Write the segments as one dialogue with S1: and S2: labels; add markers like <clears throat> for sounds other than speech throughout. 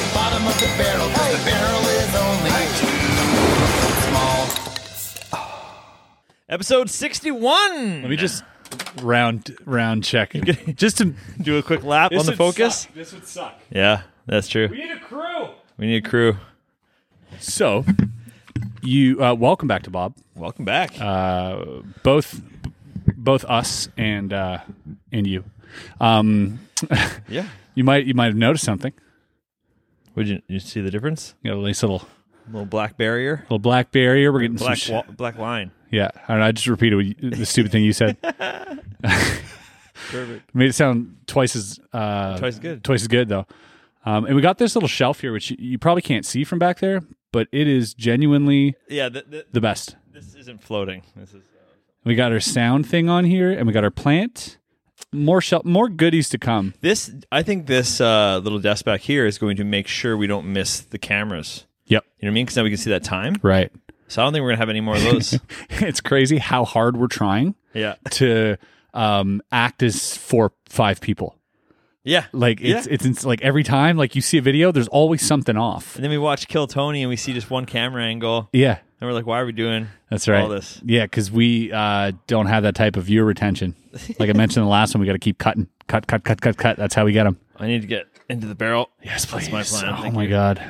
S1: the barrel, 'cause the barrel is only small.
S2: Episode 61.
S3: Let me just round round check just to
S2: do a quick lap on the focus.
S3: This would suck.
S2: Yeah, that's true.
S3: need a crew.
S2: We need a crew.
S3: So, you uh, welcome back to Bob.
S2: Welcome back.
S3: Uh, both both us and uh, and you. Um,
S2: yeah.
S3: you might you might have noticed something.
S2: Would you, you see the difference?
S3: You got a nice little
S2: Little black barrier,
S3: little black barrier. We're getting
S2: black
S3: some
S2: wa- black line.
S3: Yeah, I, don't know, I just repeated what you, the stupid thing you said.
S2: Perfect.
S3: Made it sound twice as uh,
S2: Twice as good.
S3: Twice as good though. Um, and we got this little shelf here, which you, you probably can't see from back there, but it is genuinely
S2: Yeah, th- th-
S3: the best.
S2: this isn't floating. This is uh,
S3: We got our sound thing on here, and we got our plant. More shel- more goodies to come.
S2: this. I think this uh, little desk back here is going to make sure we don't miss the cameras.
S3: Yep.
S2: You know what I mean? Because now we can see that time.
S3: Right. <laughs>
S2: So I don't think we're gonna have any more of those.
S3: it's crazy how hard we're trying
S2: <laughs> yeah.
S3: to um, act as four five people.
S2: Yeah.
S3: Like
S2: Yeah.
S3: it's it's, it's like every time like you see a video, there's always something off.
S2: and then we watch Kill Tony and we see just one camera angle
S3: Yeah.
S2: and we're like, why are we doing
S3: That's right.
S2: all this?
S3: Yeah, because we uh, don't have that type of viewer retention. Like I mentioned in the last one, we got to keep cutting, cut, cut, cut, cut, cut. That's how we get them.
S2: I need to get into the barrel.
S3: Yes, please.
S2: my plan.
S3: Oh
S2: Thank
S3: my
S2: you.
S3: god,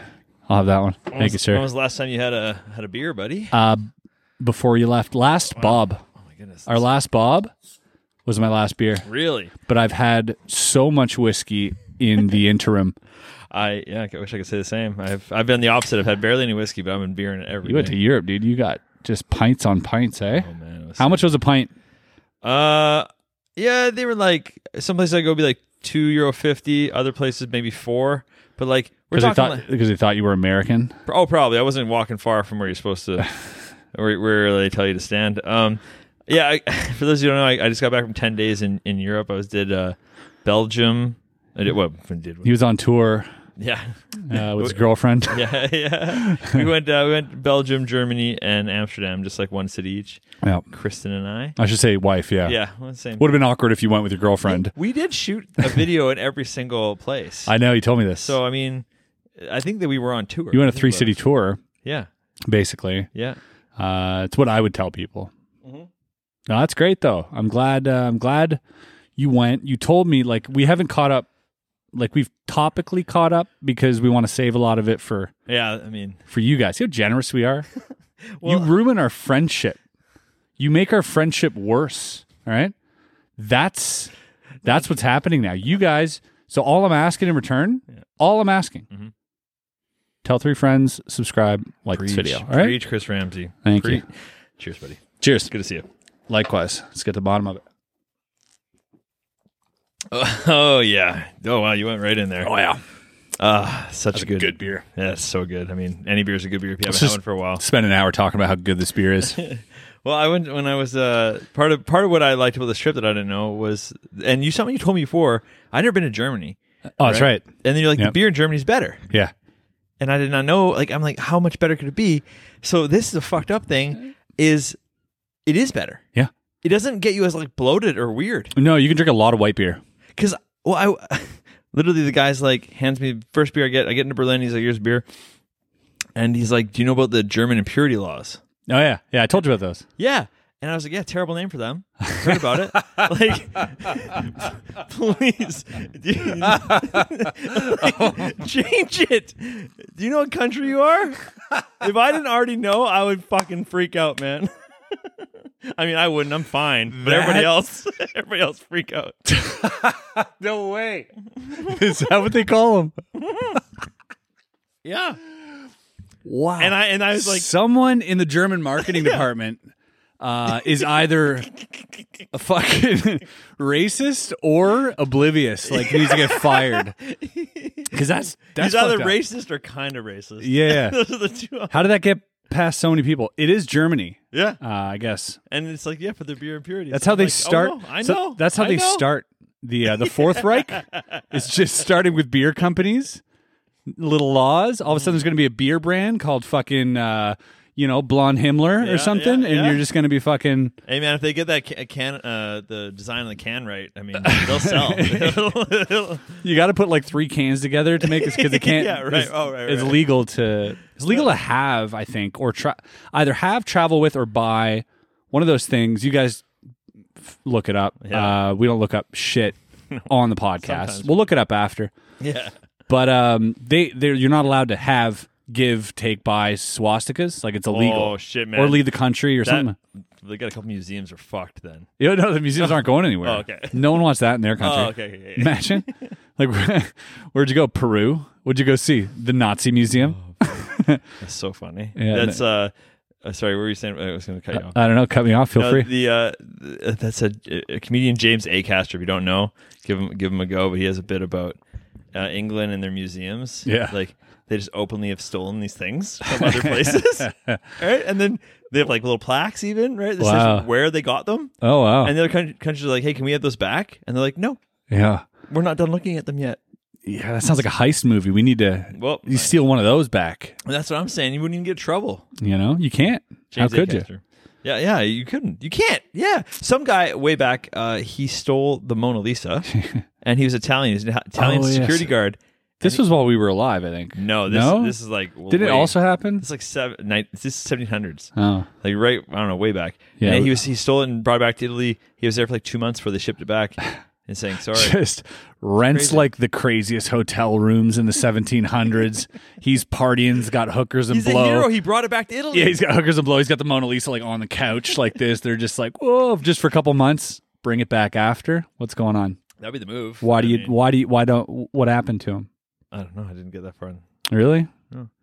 S3: I'll have that one. Thank
S2: When
S3: you, sir.
S2: was the last time you had a had a beer, buddy?
S3: Uh, before you left, last Bob,
S2: oh my goodness.
S3: our last Bob was my last beer,
S2: really?
S3: but I've had so much whiskey
S2: <laughs>
S3: in the interim.
S2: I yeah, I wish I could say the same. I've I've been the opposite. I've had barely any whiskey, but I've been beer in every.
S3: You went to Europe, dude. You got just pints on pints, eh?
S2: Oh man, it was-
S3: How much was a pint?
S2: Uh, yeah, they were like some places I go be like two euro fifty. Other places maybe four. But like we're
S3: Because they
S2: talking.
S3: thought because they thought you were American.
S2: like- oh, probably I wasn't walking far from where you're supposed
S3: <laughs>
S2: to, where, where they tell you to stand. Um, yeah. I, <laughs> for those who don't know, I, I just got back from ten days in in Europe. I was did uh, Belgium. I did what? Did what?
S3: He was on tour
S2: Yeah.
S3: uh, with his girlfriend.
S2: yeah, <laughs> yeah. We went uh, we went to Belgium, Germany, and Amsterdam, just like one city each.
S3: <laughs> yeah.
S2: Kristen and I.
S3: I should say wife, yeah.
S2: Yeah, well, same.
S3: Would have been awkward if you went with your girlfriend.
S2: We did shoot a video in every single place.
S3: I know you told me this.
S2: so I mean, I think that we were on tour.
S3: you
S2: I
S3: went a
S2: think
S3: three
S2: about
S3: city
S2: it.
S3: tour,
S2: Yeah,
S3: basically.
S2: yeah.
S3: Uh, it's what I would tell people. No, that's great though. I'm glad. Uh, I'm glad you went. You told me like we haven't caught up. Like we've topically caught up because we want to save a lot of it for
S2: Yeah, I mean,
S3: for you guys. See how generous we are. you ruin our friendship. You make our friendship worse. All right. That's that's what's happening now. You guys. So all I'm asking in return, all I'm asking, tell three friends, subscribe, like this video. All right.
S2: preach Chris Ramsey.
S3: Thank
S2: Preach.
S3: you.
S2: Cheers, buddy. It's
S3: Cheers.
S2: good to see you.
S3: Likewise. Let's get to the bottom of it.
S2: Oh yeah. Oh wow, you went right in there.
S3: yeah.
S2: Ah, such a good,
S3: good beer.
S2: Yeah, it's so good. I mean, any beer's a good beer if you haven't had
S3: just-
S2: one for a while.
S3: Spend an hour talking about how good this beer is.
S2: Well, I went when I was uh, part of part of what I liked about this trip that I didn't know was, and you something you told me before. I'd never been to Germany,
S3: oh, that's right.
S2: and then you're like, the
S3: Yep.
S2: beer in Germany's better,
S3: Yeah.
S2: and I did not know. Like, I'm like, how much better could it be? So this is a fucked up thing. Is it is better?
S3: Yeah.
S2: It doesn't get you as like bloated or weird
S3: No, you can drink a lot of white beer.
S2: because well, I <laughs> literally the guy's like hands me the first beer I get. I get into Berlin. He's like, here's beer, and he's like, do you know about the German impurity laws?
S3: Oh yeah. Yeah, I told you about those.
S2: Yeah. And I was like, yeah, terrible name for them. Heard about
S3: <laughs>
S2: it. like, <laughs> please.
S3: <laughs>
S2: dude. <laughs> Like, change it. Do you know what country you are? If I didn't already know, I would fucking freak out, man. <laughs> I mean, I wouldn't. I'm fine. But everybody
S3: That-
S2: else, <laughs> everybody else freak out.
S3: <laughs> No way. <laughs> is that what they call them?
S2: Yeah.
S3: Wow.
S2: And I and I was like,
S3: someone in the German marketing department uh, is either a fucking <laughs> racist or oblivious. Like he needs to get fired because that's
S2: he's
S3: that's
S2: either
S3: fucked up.
S2: racist or kind of racist. <laughs>
S3: Yeah.
S2: Those are the two.
S3: How did that get past so many people? It is Germany,
S2: Yeah.
S3: uh, I guess.
S2: And it's like, yeah, for the beer impurities.
S3: That's how
S2: I'm
S3: they
S2: like, oh,
S3: start.
S2: no, I know.
S3: so that's how
S2: I
S3: they
S2: know.
S3: start
S2: <laughs>
S3: the uh, the Fourth Reich. It's just starting with beer companies, little laws. All of a sudden, there's going to be a beer brand called fucking. Uh, you know, blonde Himmler
S2: Yeah,
S3: or
S2: yeah,
S3: something, and
S2: yeah.
S3: you're just gonna be fucking.
S2: Hey man, if they get that ca- can, uh, the design on the can right, I
S3: <laughs>
S2: mean, they'll sell. yeah,
S3: You got to put like three cans together to make this
S2: <laughs>
S3: because it can't.
S2: Yeah, right.
S3: It's,
S2: Oh, right,
S3: it's
S2: right.
S3: legal to. It's legal to have, I think, or tra- either have, travel with, or buy. One of those things. You guys f- look it up.
S2: Yeah.
S3: Uh, we don't look up
S2: <laughs>
S3: shit on the podcast.
S2: Sometimes.
S3: We'll look it up after.
S2: <laughs>
S3: But um, they they you're not allowed to have, give, take, buy swastikas. Like it's illegal.
S2: Oh shit, man.
S3: Or leave the country or something.
S2: that, They got a couple museums are fucked then.
S3: You know, no, the museums aren't going anywhere.
S2: Oh, okay.
S3: No one wants that in their country.
S2: Oh, okay, okay, okay. <laughs>
S3: Imagine, like, <laughs> where'd you go? Peru? What'd you go see? The Nazi museum?
S2: That's so funny.
S3: Yeah,
S2: That's uh, uh, sorry, what were you saying? I was going to cut you off.
S3: I don't know. Cut me off. Feel
S2: No,
S3: uh, free.
S2: the uh, th- that's a, a uh, comedian James Acaster. If you don't know, give him give him a go. But he has a bit about uh, England and their museums.
S3: Yeah.
S2: like they just openly have stolen these things from other
S3: <laughs>
S2: places, right? And then they have like little plaques, even right. That says
S3: Wow.
S2: where they got them.
S3: oh wow.
S2: And the other coun- countries are like, "Hey, can we have those back?" And they're like, "No,
S3: yeah.
S2: we're not done looking at them yet."
S3: Yeah. That sounds like a heist movie. We need to.
S2: Well,
S3: you steal one of those back.
S2: that's what I'm saying. You wouldn't even get trouble.
S3: You know. You can't.
S2: James
S3: How could you?
S2: Acaster. Yeah, yeah, you couldn't. You can't. Yeah. Some guy way back, uh, he stole the Mona
S3: <laughs>
S2: Lisa and he was Italian. He's an Ita- Italian
S3: Oh, yes.
S2: security guard.
S3: This was while we were alive, I think.
S2: No, this
S3: no?
S2: this is like
S3: Did
S2: way-
S3: it also happen?
S2: It's like seven. Nine, this is seventeen hundreds.
S3: Oh.
S2: Like right, I don't know, way back.
S3: Yeah.
S2: And he was he stole it and brought it back to Italy. He was there for like two months before they shipped it
S3: <laughs>
S2: back and saying sorry.
S3: Just rents
S2: Crazy.
S3: like the craziest hotel rooms in the 1700s. he's partying, has got hookers and
S2: He's
S3: blow.
S2: a hero. He brought it back to Italy.
S3: Yeah, he's got hookers and blow. He's got the Mona Lisa like on the couch like this. They're just like, whoa, just for a couple months. Bring it back after. What's going on?
S2: That'd be the move.
S3: Why do
S2: I
S3: you?
S2: mean,
S3: Why do you? Why don't? What happened to him?
S2: I don't know. I didn't get that far.
S3: Really?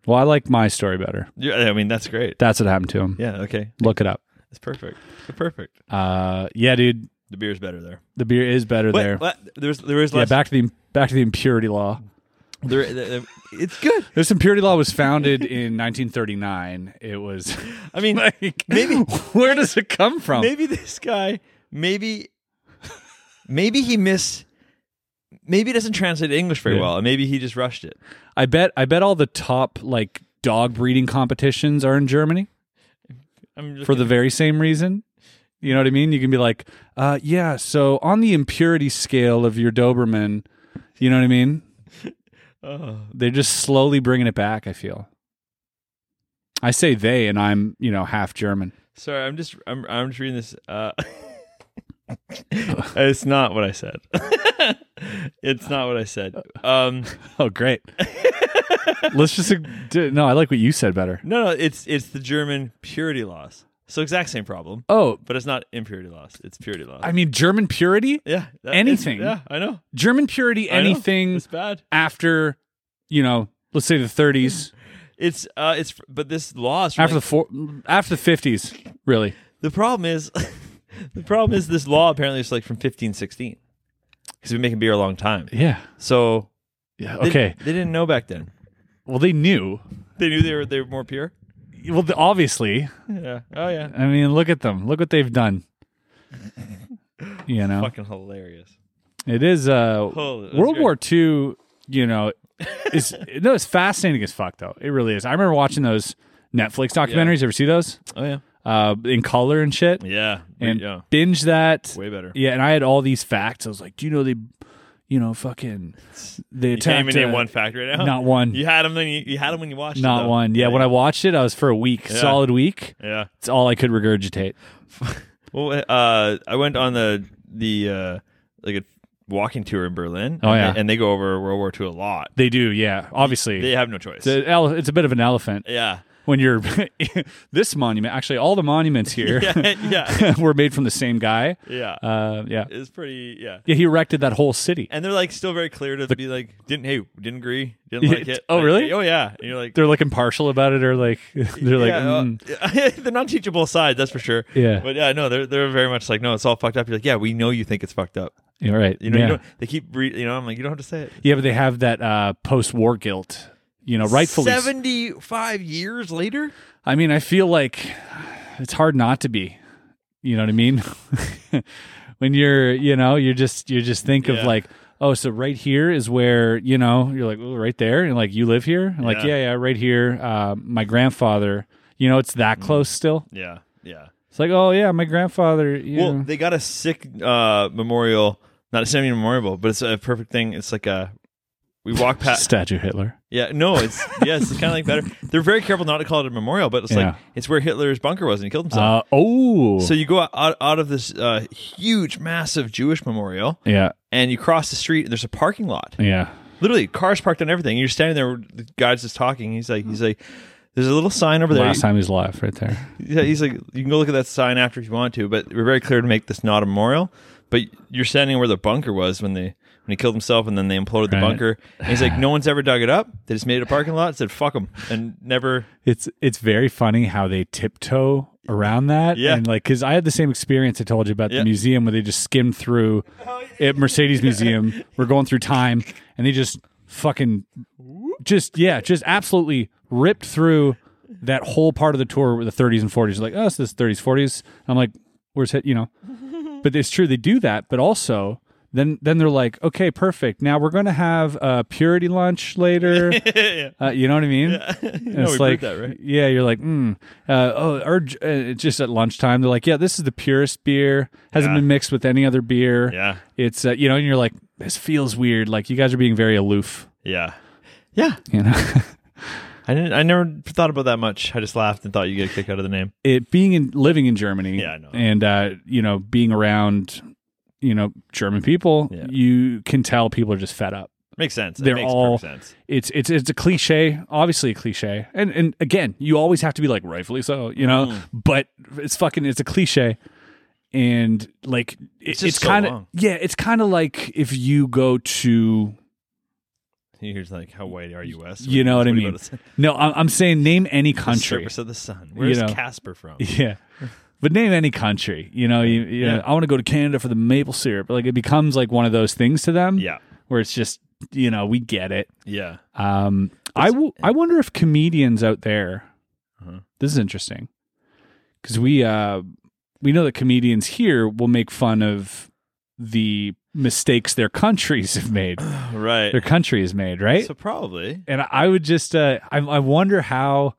S3: Well, I like my story better.
S2: Yeah, I mean that's great.
S3: That's what happened to him.
S2: Yeah. Okay.
S3: Look it up.
S2: It's perfect. Perfect.
S3: Uh, yeah, dude.
S2: The beer's better there.
S3: The beer is better
S2: Wait,
S3: there.
S2: what? There's there is
S3: Yeah,
S2: less
S3: back to the back to the impurity law.
S2: There, there- there- it's <laughs> good.
S3: This impurity law was founded
S2: <laughs>
S3: in 1939. It was.
S2: I mean,
S3: Like,
S2: <laughs> maybe,
S3: <laughs> where does it come from?
S2: maybe this guy, maybe, maybe he missed, maybe it doesn't translate to English very
S3: Yeah.
S2: well, and maybe he just rushed it.
S3: I bet. I bet all the top like dog breeding competitions are in Germany.
S2: I'm just
S3: for the very same reason. You know what I mean? You can be like, uh, yeah, so on the impurity scale of your Doberman, you know what I mean?
S2: oh.
S3: They're just slowly bringing it back, I feel. I say they, and I'm, you know, half German. <laughs>
S2: sorry. I'm just I'm I'm just reading this. <laughs> Uh, it's not what I said. <laughs> it's not what I said. Um,
S3: Oh, great. Let's just, do, no, I like what you said better.
S2: no, no. It's it's the German purity laws. So exact same problem,
S3: Oh,
S2: but it's not impurity laws. It's purity laws.
S3: I mean, German purity?
S2: yeah, that-
S3: anything.
S2: Yeah, I know.
S3: German purity,
S2: I know.
S3: anything
S2: It's bad.
S3: after, you know, let's say the 30s,
S2: It's uh, it's but this law is from
S3: after
S2: like-
S3: the four, after the 50s, really.
S2: the problem is <laughs> the problem is this law apparently is like from 1516 because we've been making beer a long time.
S3: Yeah.
S2: So
S3: Yeah.
S2: they,
S3: Okay.
S2: they didn't know back then.
S3: Well, they knew.
S2: They knew they were they were more pure.
S3: Well, th- obviously.
S2: Yeah. Oh yeah.
S3: I mean, look at them. Look what they've done. You know,
S2: Fucking hilarious.
S3: it is uh,
S2: Oh, that's
S3: World
S2: great.
S3: War II. You know,
S2: <laughs>
S3: is no, it's fascinating as fuck though. It really is. I remember watching those Netflix documentaries. Ever see those
S2: Oh yeah.
S3: uh, in color and shit?
S2: Yeah.
S3: And
S2: yeah.
S3: binge that.
S2: Way better.
S3: Yeah, and I had all these facts. I was like, do you know they, you know, fucking they
S2: You can't
S3: attacked
S2: even name
S3: uh,
S2: one fact right now.
S3: not one.
S2: You had them. Then you, you had them when you watched. it,
S3: not
S2: though.
S3: one. Yeah, when I watched it, I was for a week,
S2: Yeah.
S3: solid week.
S2: Yeah.
S3: It's all I
S2: <laughs>
S3: could regurgitate.
S2: Well, uh, I went on the the uh, like a walking tour in Berlin.
S3: Oh,
S2: and
S3: yeah.
S2: They, and they go over World War II a lot.
S3: They do, yeah. Obviously,
S2: They have no choice.
S3: The ele- it's a bit of an elephant
S2: yeah. <laughs>
S3: when you're <laughs> this monument. Actually, all
S2: <laughs>
S3: the monuments here
S2: Yeah. Yeah.
S3: <laughs> were made from the same guy.
S2: Yeah.
S3: <laughs> Uh, yeah,
S2: it's pretty. Yeah.
S3: yeah. He erected that whole city.
S2: and they're like still very clear to be like didn't hey didn't agree didn't
S3: Yeah,
S2: like it
S3: oh,
S2: Like,
S3: really?
S2: oh yeah and you're like
S3: They're like impartial about it, or like <laughs> they're
S2: <laughs>
S3: like,
S2: yeah,
S3: mm.
S2: uh, they're not teachable sides that's for sure
S3: Yeah.
S2: but yeah no they're they're very much like no it's all fucked up you're like yeah we know you think it's fucked up
S3: you're right.
S2: you know
S3: yeah.
S2: you don't, they keep re- you know I'm like you don't have to say it
S3: yeah, but they have that uh, post-war guilt. You know, rightfully. s-
S2: seventy five years later
S3: I mean, I feel like it's hard not to be. You know what I mean? <laughs> when you're, you know, you're just you just think of
S2: Yeah.
S3: like, oh, so right here is where you know you're like, oh, right there, and like you live here, and like,
S2: Yeah.
S3: yeah, yeah, right here. Uh, my grandfather You know, it's that
S2: Mm-hmm.
S3: close still.
S2: Yeah, yeah.
S3: It's like, oh yeah, my grandfather. You
S2: Well,
S3: know.
S2: they got a sick uh, memorial. Not a semi memorial, but it's a perfect thing. It's like a we walk past.
S3: statue Hitler.
S2: Yeah, no, it's yes, it's kind of like better. They're very careful not to call it a memorial, but it's like
S3: Yeah.
S2: it's where Hitler's bunker was and he killed himself.
S3: Uh, oh,
S2: so you go out, out of this uh, huge, massive Jewish memorial,
S3: yeah,
S2: and you cross the street. and There's a parking lot,
S3: yeah.
S2: literally cars parked on everything. And you're standing there. The guy's just talking. He's like, he's like, there's a little sign over there.
S3: Last time he was alive, right there.
S2: Yeah, he's like, you can go look at that sign after if you want to, but we're very clear to make this not a memorial. But you're standing where the bunker was when they when he killed himself, and then they imploded the
S3: Right.
S2: bunker. And he's like, no one's ever dug it up. They just made it a parking lot. Said fuck them, and never.
S3: It's it's very funny how they tiptoe around that.
S2: Yeah.
S3: and like because I had the same experience I told you about
S2: Yeah.
S3: the museum where they just
S2: <laughs>
S3: skimmed through at Mercedes Museum. We're going through time, and they just fucking just yeah, just absolutely ripped through that whole part of the tour with the 30s and 40s. Like, oh, it's this 30s, 40s. I'm like, where's it? You know, but it's true they do that. But also. Then, then they're like, okay, perfect. Now we're going to have a purity
S2: <laughs>
S3: lunch later. uh, you know what I mean? And
S2: No, we
S3: it's
S2: proved
S3: like,
S2: that, right?
S3: yeah, you're like, mm, uh, oh, or j- uh, it's just at lunchtime. They're like, yeah, this is the purest beer. Hasn't
S2: Yeah.
S3: been mixed with any other beer.
S2: Yeah.
S3: it's uh, you know, and you're like, this feels weird. Like you guys are being very aloof.
S2: Yeah, yeah.
S3: You know, <laughs>
S2: I didn't. I never thought about that much. I just laughed and thought you get a kick out of the name.
S3: it being in living in Germany.
S2: Yeah, I know.
S3: and uh, you know, being around, you know, German people,
S2: Yeah.
S3: you can tell people are just fed up.
S2: Makes sense. It
S3: They're
S2: makes
S3: all-
S2: perfect sense.
S3: it's it's it's a cliche, obviously a cliche, and and again, you always have to be like rightfully so, you know.
S2: Mm.
S3: But it's fucking it's a cliche, and like it-
S2: It's
S3: it's,
S2: just so
S3: kind of
S2: long.
S3: yeah, it's kind of like if you go to
S2: Here's like, how white are you, Wes?
S3: you know what I
S2: do you
S3: mean.
S2: go to-
S3: No, I'm, I'm saying name any country,
S2: Surface of the sun. Where's
S3: know.
S2: Casper from?
S3: <laughs> yeah, but name any country. You know, you, you know,
S2: Yeah.
S3: I want to go to Canada for the maple syrup. Like it becomes like one of those things to them,
S2: Yeah,
S3: where it's just you know we get it.
S2: yeah.
S3: Um, I, w- I wonder if comedians out there,
S2: Uh-huh.
S3: this is interesting because we, uh, we know that comedians here will make fun of the mistakes their countries
S2: <coughs>
S3: have made,
S2: Right.
S3: their country has made, right?
S2: So probably.
S3: and I would just, uh, I, I wonder how,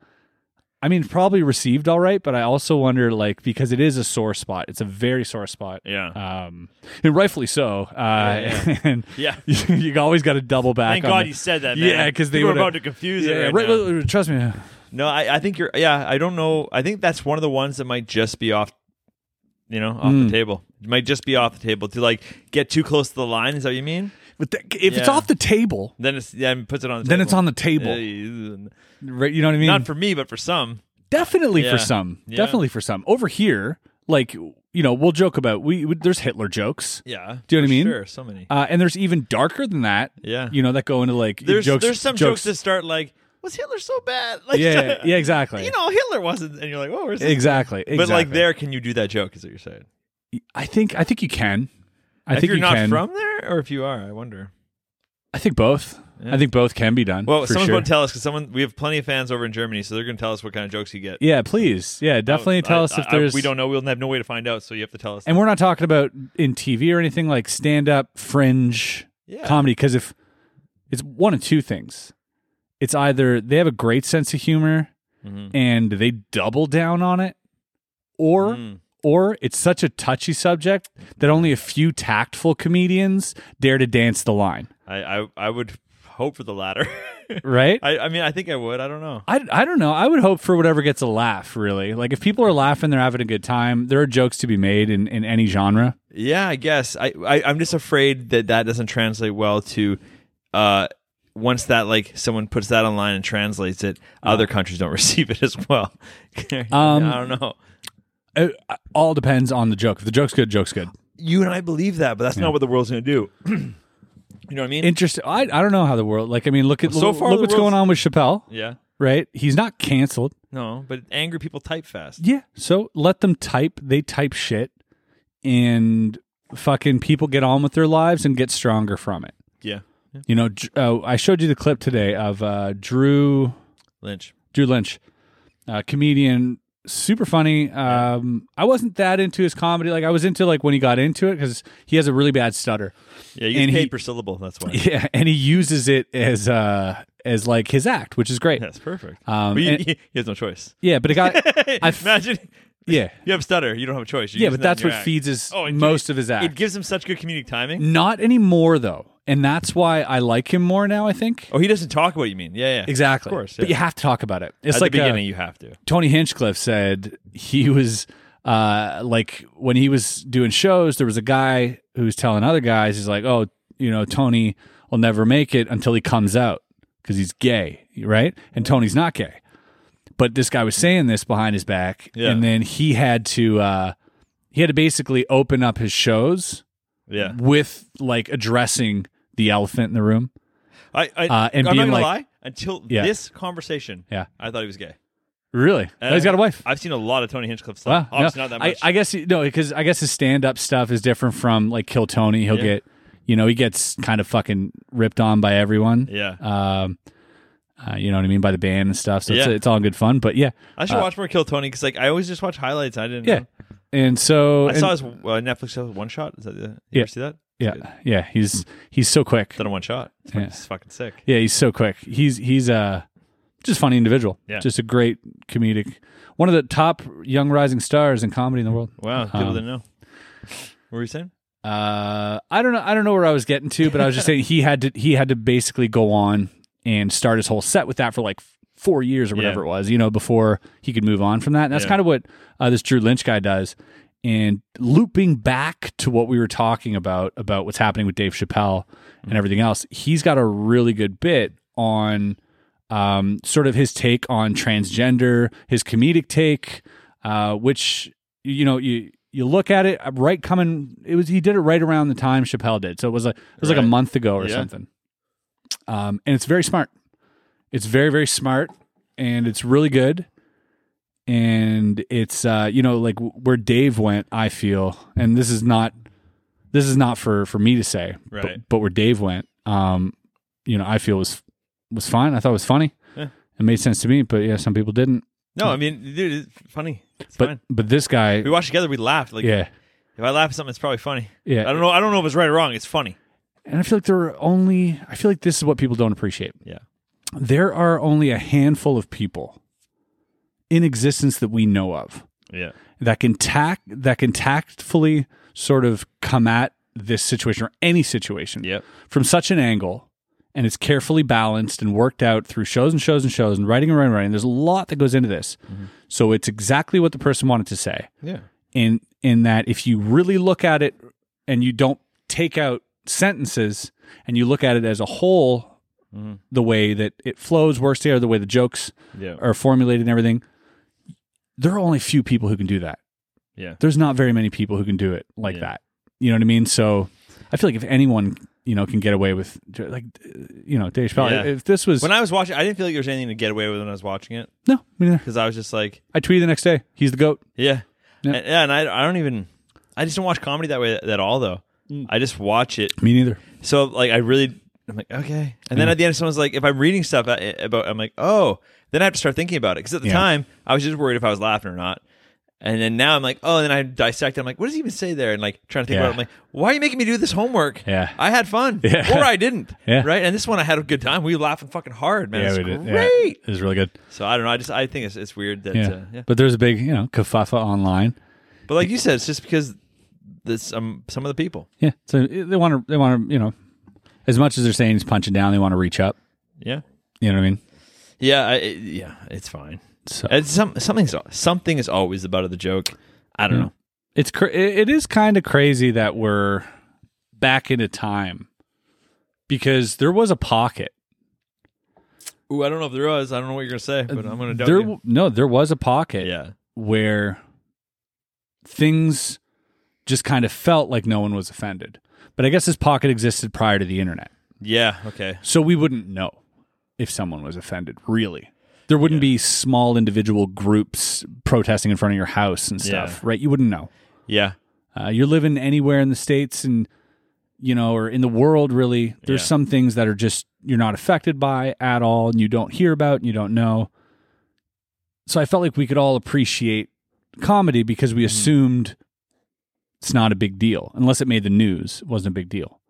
S3: I mean, probably received all right, but I also wonder, like, because it is a sore spot, it's a very sore spot.
S2: Yeah.
S3: Um, and rightfully so. Uh,
S2: yeah.
S3: <laughs> and
S2: Yeah.
S3: you, you always got to double back.
S2: Thank
S3: on
S2: God
S3: the-
S2: you said that, man.
S3: Yeah, because they
S2: were
S3: would've-
S2: about to confuse
S3: yeah,
S2: it. Right
S3: right,
S2: now.
S3: right, right, Trust me.
S2: No, I, I think you're. Yeah, I don't know. I think that's one of the ones that might just be off. You know, off
S3: Hmm.
S2: the table. It might just be off the table to like get too close to the line. Is that what you mean?
S3: But the, if it's
S2: Yeah.
S3: off the table,
S2: Then it's yeah, it puts it on. The
S3: then
S2: table.
S3: it's on the table.
S2: table.
S3: Right? You know what I mean?
S2: Not for me, but for some.
S3: definitely
S2: Yeah.
S3: for some.
S2: Yeah.
S3: Definitely for some. Over here, like you know, we'll joke about we, we there's Hitler jokes.
S2: Yeah.
S3: Do you know
S2: for
S3: what I mean?
S2: Sure. So many.
S3: Uh, and there's even darker than that.
S2: Yeah.
S3: You know, that go into like
S2: there's
S3: jokes.
S2: there's some jokes. that start like, was Hitler so bad? <laughs> Like,
S3: yeah, yeah, exactly.
S2: You know, Hitler wasn't, and you're like, oh, where's this?
S3: exactly, exactly.
S2: But like, there, can you do that joke? Is what you're saying?
S3: I think I think you can. I
S2: if
S3: think
S2: you're
S3: you
S2: not
S3: can.
S2: from there, or if you are, I wonder.
S3: I think both. I think both can be done.
S2: Well,
S3: for
S2: someone's
S3: sure.
S2: going to tell us because someone we have plenty of fans over in Germany, so they're going to tell us what kind of jokes you get.
S3: yeah, please. Yeah, definitely tell
S2: Oh, I-
S3: us if
S2: I-
S3: there's
S2: we don't know. We'll have no way to find out, so you have to tell us.
S3: And we're not talking about in TV or anything like stand up, fringe,
S2: Yeah.
S3: comedy. Because if it's one of two things, it's either they have a great sense of humor
S2: Mm-hmm.
S3: and they double down on it, or
S2: Mm.
S3: or it's such a touchy subject that only a few tactful comedians dare to dance the line.
S2: I, I I would hope for the latter. <laughs>
S3: Right?
S2: I, I mean, I think I would. I don't know.
S3: I, I don't know. I would hope for whatever gets a laugh, really. Like, if people are laughing, they're having a good time. There are jokes to be made in, in any genre.
S2: Yeah, I guess. I, I I'm just afraid that that doesn't translate well to. uh once that like someone puts that online and translates it, other countries don't <laughs> receive it as well.
S3: Um,
S2: I don't know.
S3: It Uh, all depends on the joke. If the joke's good, joke's good.
S2: You and I believe that, but that's not what the world's going to do. <clears throat> you know what I mean?
S3: interesting. I, I don't know how the world. Like I mean, look at
S2: So
S3: look,
S2: far
S3: look
S2: the
S3: what's
S2: world's-
S3: going on with Chappelle.
S2: yeah.
S3: Right, he's not canceled.
S2: No, but angry people type fast.
S3: Yeah, so let them type. They type shit, and fucking people get on with their lives and get stronger from it.
S2: Yeah.
S3: You know, Dr- uh, I showed you the clip today of uh, Drew
S2: Lynch.
S3: Drew Lynch, uh, comedian, super funny. Um, I wasn't that into his comedy. Like I was into like when he got into it because he has a really bad stutter. <laughs>
S2: Yeah, you get
S3: And
S2: paid
S3: he- <laughs>
S2: per syllable. That's why.
S3: Yeah, and he uses it as uh as like his act, which is great.
S2: That's perfect.
S3: Um,
S2: but you,
S3: and-
S2: he has no choice.
S3: Yeah, but
S2: <laughs>
S3: it got I f-
S2: Imagine <laughs>
S3: yeah.
S2: you have stutter. You don't have a choice. You're
S3: Yeah,
S2: using
S3: but
S2: that in
S3: that's
S2: your
S3: what
S2: act.
S3: feeds his
S2: Oh, it-
S3: most of his act.
S2: It gives him such good comedic timing.
S3: Not anymore though. And that's why I like him more now, I think.
S2: Oh, he doesn't talk about what you mean. Yeah, yeah.
S3: Exactly.
S2: Of course.
S3: But
S2: yeah.
S3: you have to talk about it. It's
S2: At
S3: like
S2: the
S3: uh,
S2: beginning, you have to.
S3: Tony Hinchcliffe said he was uh like when he was doing shows, there was a guy who was telling other guys, he's like, Oh, you know, Tony will never make it until he comes out because he's gay, right? And Tony's not gay. But this guy was saying this behind his back,
S2: Yeah.
S3: and then he had to uh he had to basically open up his shows
S2: Yeah.
S3: with like addressing the elephant in the room.
S2: I, I
S3: Uh, and
S2: I'm
S3: being
S2: not gonna
S3: like-
S2: lie. Until
S3: Yeah.
S2: this conversation,
S3: Yeah.
S2: I thought he was gay.
S3: Really? Oh, he's got a wife.
S2: I've seen a lot of Tony Hinchcliffe
S3: Wow.
S2: stuff. Uh, Obviously,
S3: No,
S2: not that much.
S3: I, I guess no, because I guess his stand-up stuff is different from like Kill Tony. He'll
S2: Yeah.
S3: get, you know, he gets kind of fucking ripped on by everyone.
S2: yeah,
S3: Um, uh, you know what I mean by the band and stuff. So it's,
S2: Yeah.
S3: it's all in good fun. But yeah,
S2: I should
S3: uh,
S2: watch more Kill Tony because like I always just watch highlights. I didn't.
S3: yeah.
S2: know.
S3: And so
S2: Uh-huh. I saw
S3: and-
S2: his uh, Netflix show One Shot. Is that the, you
S3: Yeah.
S2: ever see that?
S3: yeah, yeah. He's he's so quick.
S2: Done in one shot. It's fucking,
S3: Yeah.
S2: it's fucking sick.
S3: Yeah, he's so quick. He's he's uh just a funny individual.
S2: Yeah.
S3: Just a great comedic one of the top young rising stars in comedy in the world.
S2: Wow, people
S3: Um,
S2: didn't know. What were you saying?
S3: Uh I don't know I don't know where I was getting to, but I was just saying he had to he had to basically go on and start his whole set with that for like four years or whatever
S2: Yeah.
S3: it was, you know, before he could move on from that. And that's
S2: Yeah.
S3: kind of what uh, this Drew Lynch guy does. And looping back to what we were talking about about what's happening with Dave Chappelle and
S2: Mm.
S3: everything else, he's got a really good bit on um, sort of his take on transgender, his comedic take, uh, which you know you you look at it uh, right coming. It was he did it right around the time Chappelle did, so it was like it was like a
S2: Right.
S3: month ago or
S2: Yeah.
S3: something. Um, and it's very smart. It's very very smart, and it's really good. And it's uh, you know like w- where Dave went, I feel, and this is not this is not for for me to say, but-
S2: Right.
S3: but, where Dave went, um, you know, I feel was was fine. I thought it was funny.
S2: Yeah.
S3: It made sense to me, but yeah, some people didn't.
S2: No, I mean, dude, it's funny. It's
S3: But
S2: fine.
S3: but this guy,
S2: We watched together. We laughed. Like,
S3: yeah,
S2: if I laugh at something, it's probably funny.
S3: yeah.
S2: I don't know. I don't know if it's right or wrong. It's funny.
S3: and I feel like there are only I feel like this is what people don't appreciate.
S2: Yeah.
S3: There are only a handful of people in existence that we know of
S2: Yeah.
S3: that can tact that can tactfully sort of come at this situation or any situation
S2: Yep.
S3: from such an angle and it's carefully balanced and worked out through shows and shows and shows and writing and writing and writing. There's a lot that goes into this. So it's exactly what the person wanted to say
S2: Yeah.
S3: in in that if you really look at it and you don't take out sentences and you look at it as a whole the way that it flows works together the way the jokes
S2: Yeah.
S3: are formulated and everything there are only a few people who can do that
S2: Yeah.
S3: there's not very many people who can do it like
S2: Yeah.
S3: that you know what i mean so i feel like if anyone you know can get away with like you know dave chappelle
S2: Yeah.
S3: if this was
S2: When I was watching, I didn't feel like there was anything to get away with when I was watching it
S3: no me neither.
S2: because I was just like,
S3: i tweeted the next day he's the goat
S2: yeah,
S3: Yeah.
S2: And, yeah, and I, I don't even, I just don't watch comedy that way at all though.
S3: Mm.
S2: I just watch it.
S3: me neither
S2: So like, I really, I'm like, okay. And then at the end, someone's like, if I'm reading stuff a- about, I'm like, oh, then I have to start thinking about it because at the
S3: Yeah.
S2: time I was just worried if I was laughing or not. And then now I'm like, oh, and then I dissect. it. I'm like, what does he even say there? And like trying to think
S3: Yeah.
S2: about it. I'm like, why are you making me do this homework?
S3: Yeah.
S2: I had fun,
S3: Yeah.
S2: or I didn't.
S3: <laughs> Yeah.
S2: Right. And this one I had a good time. We were laughing fucking hard, man. it
S3: we
S2: was
S3: did.
S2: great.
S3: it was really good
S2: So I don't know. I just I think it's it's weird that
S3: yeah.
S2: Uh, yeah.
S3: But there's a big, you know, kafafa online.
S2: But like you said, it's just because this um some of the people.
S3: Yeah. So it- they want to, they want to, you know, as much as they're saying he's punching down, they want to reach up.
S2: Yeah.
S3: You know what I mean?
S2: Yeah. I, it- yeah. It's fine.
S3: So
S2: It's some something's something is always the butt of the joke. I
S3: Hmm.
S2: don't know.
S3: it's cra- it it is kind of crazy that we're back in a time because there was a pocket.
S2: Ooh, I don't know if there was. I don't know what you're gonna say, but I'm gonna doubt
S3: Uh, there,
S2: you.
S3: w- no, there was a pocket
S2: Yeah.
S3: where things just kind of felt like no one was offended. But I guess this pocket existed prior to the internet.
S2: Yeah. Okay.
S3: So we wouldn't know if someone was offended, really. There wouldn't be small individual groups protesting in front of your house and stuff,
S2: Yeah.
S3: right? You wouldn't know.
S2: Yeah.
S3: Uh, you're living anywhere in the States and, you know, or in the world, really. There's
S2: Yeah.
S3: some things that are just, you're not affected by at all and you don't hear about and you don't know. So I felt like we could all appreciate comedy because we assumed it's not a big deal. Unless it made the news, it wasn't a big deal.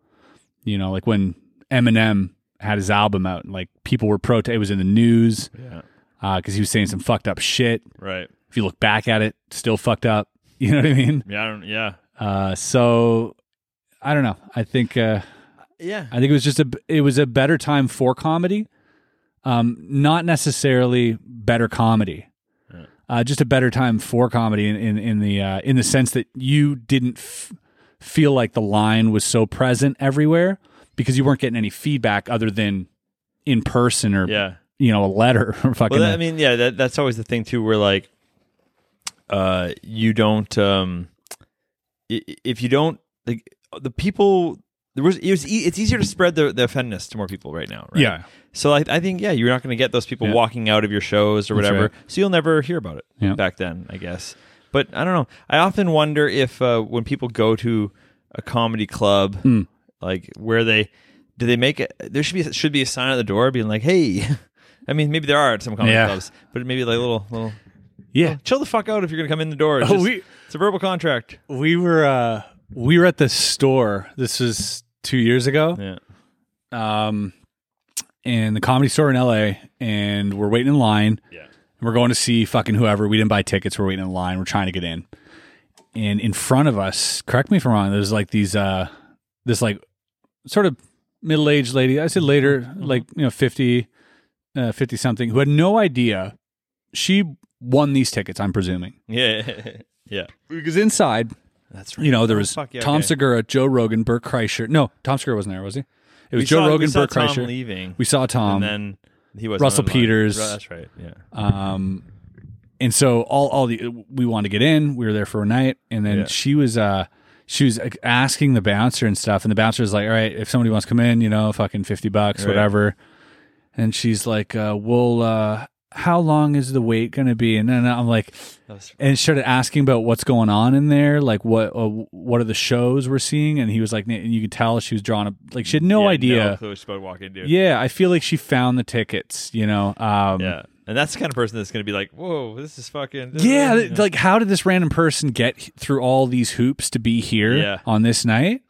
S3: You know, like when Eminem had his album out. And, like people were pro. It was in the news
S2: Yeah.
S3: because he was saying some fucked up shit.
S2: Right.
S3: If you look back at it, still fucked up. <laughs> You know what I mean?
S2: Yeah. I don't, yeah.
S3: Uh, so I don't know. I think uh,
S2: Yeah.
S3: I think it was just a it was a better time for comedy, um, not necessarily better comedy, uh, just a better time for comedy in in, in the uh, in the sense that you didn't f- feel like the line was so present everywhere because you weren't getting any feedback other than in person or
S2: Yeah.
S3: you know a letter or fucking
S2: Well, that, I mean, yeah, that, that's always the thing too. Where like, uh, you don't um, i- i- if you don't like the people. There was it was e- it's easier to spread the the offendedness to more people right now. Right?
S3: yeah
S2: So I, I think yeah, you're not going to get those people
S3: Yeah.
S2: walking out of your shows or whatever.
S3: right.
S2: So you'll never hear about it
S3: Yeah.
S2: back then, I guess. But I don't know. I often wonder if uh, when people go to a comedy club,
S3: Hmm.
S2: like where they do they make it? There should be should be a sign at the door being like, "Hey." <laughs> I mean, maybe there are at some comedy
S3: Yeah.
S2: clubs, but maybe like little little
S3: yeah
S2: chill the fuck out if you're going to come in the door. It's,
S3: Oh,
S2: just-
S3: we-
S2: it's a verbal contract.
S3: we were uh we were at the store this was two years ago
S2: Yeah. <laughs>
S3: um in the comedy store in la and we're waiting in line
S2: Yeah.
S3: we're going to see fucking whoever we didn't buy tickets we're waiting in line we're trying to get in and in front of us correct me if i'm wrong there's like these uh this like sort of middle-aged lady i said later
S2: Mm-hmm.
S3: like you know 50 uh 50 something who had no idea she won these tickets i'm presuming
S2: Yeah. <laughs> yeah.
S3: because inside
S2: That's
S3: you know, there was
S2: Oh, fuck yeah,
S3: Tom
S2: okay.
S3: Segura, Joe Rogan, Burt Kreischer. No, Tom Segura wasn't there, was he? It was
S2: We
S3: Joe
S2: saw- we
S3: Rogan,
S2: saw
S3: Burt
S2: Tom
S3: Kreischer.
S2: leaving.
S3: We saw
S2: and
S3: Tom.
S2: then he was
S3: Um, Russell Peters.
S2: That's right. Yeah.
S3: um, and so all all the we wanted to get in. We were there for a night, and then
S2: Yeah.
S3: she was uh she was like, asking the bouncer and stuff, and the bouncer was like, "All right, if somebody wants to come in, you know, fucking fifty bucks,
S2: Right.
S3: whatever." And she's like, uh, "Well, uh, how long is the wait going to be?" And then I'm like,
S2: That's-
S3: and started asking about what's going on in there, like what uh, what are the shows we're seeing, and he was like, and you could tell she was drawn up, like she had no
S2: Yeah, No
S3: idea.
S2: clue what she's about to walk into.
S3: yeah, I feel like she found the tickets, you know. Um,
S2: Yeah. And that's the kind of person that's going to be like, whoa, this is fucking.
S3: yeah,
S2: you
S3: th-
S2: know?
S3: like how did this random person get h- through all these hoops to be here
S2: Yeah.
S3: on this night?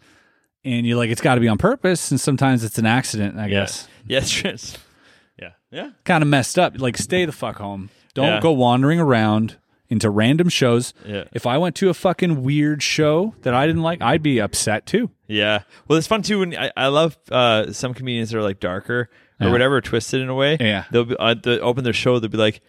S3: And you're like, it's got to be on purpose, and sometimes it's an accident, I
S2: Yeah.
S3: guess.
S2: Yeah. <laughs> it's just- Yeah. Yeah.
S3: Kind of messed up. Like, stay the fuck home. Don't
S2: Yeah.
S3: go wandering around into random shows.
S2: Yeah.
S3: If I went to a fucking weird show that I didn't like, I'd be upset too.
S2: Yeah. Well, it's fun too. When I, I love uh, some comedians that are like darker or whatever, twisted in a way.
S3: Yeah.
S2: They'll, be, uh, they'll open their show. They'll be like,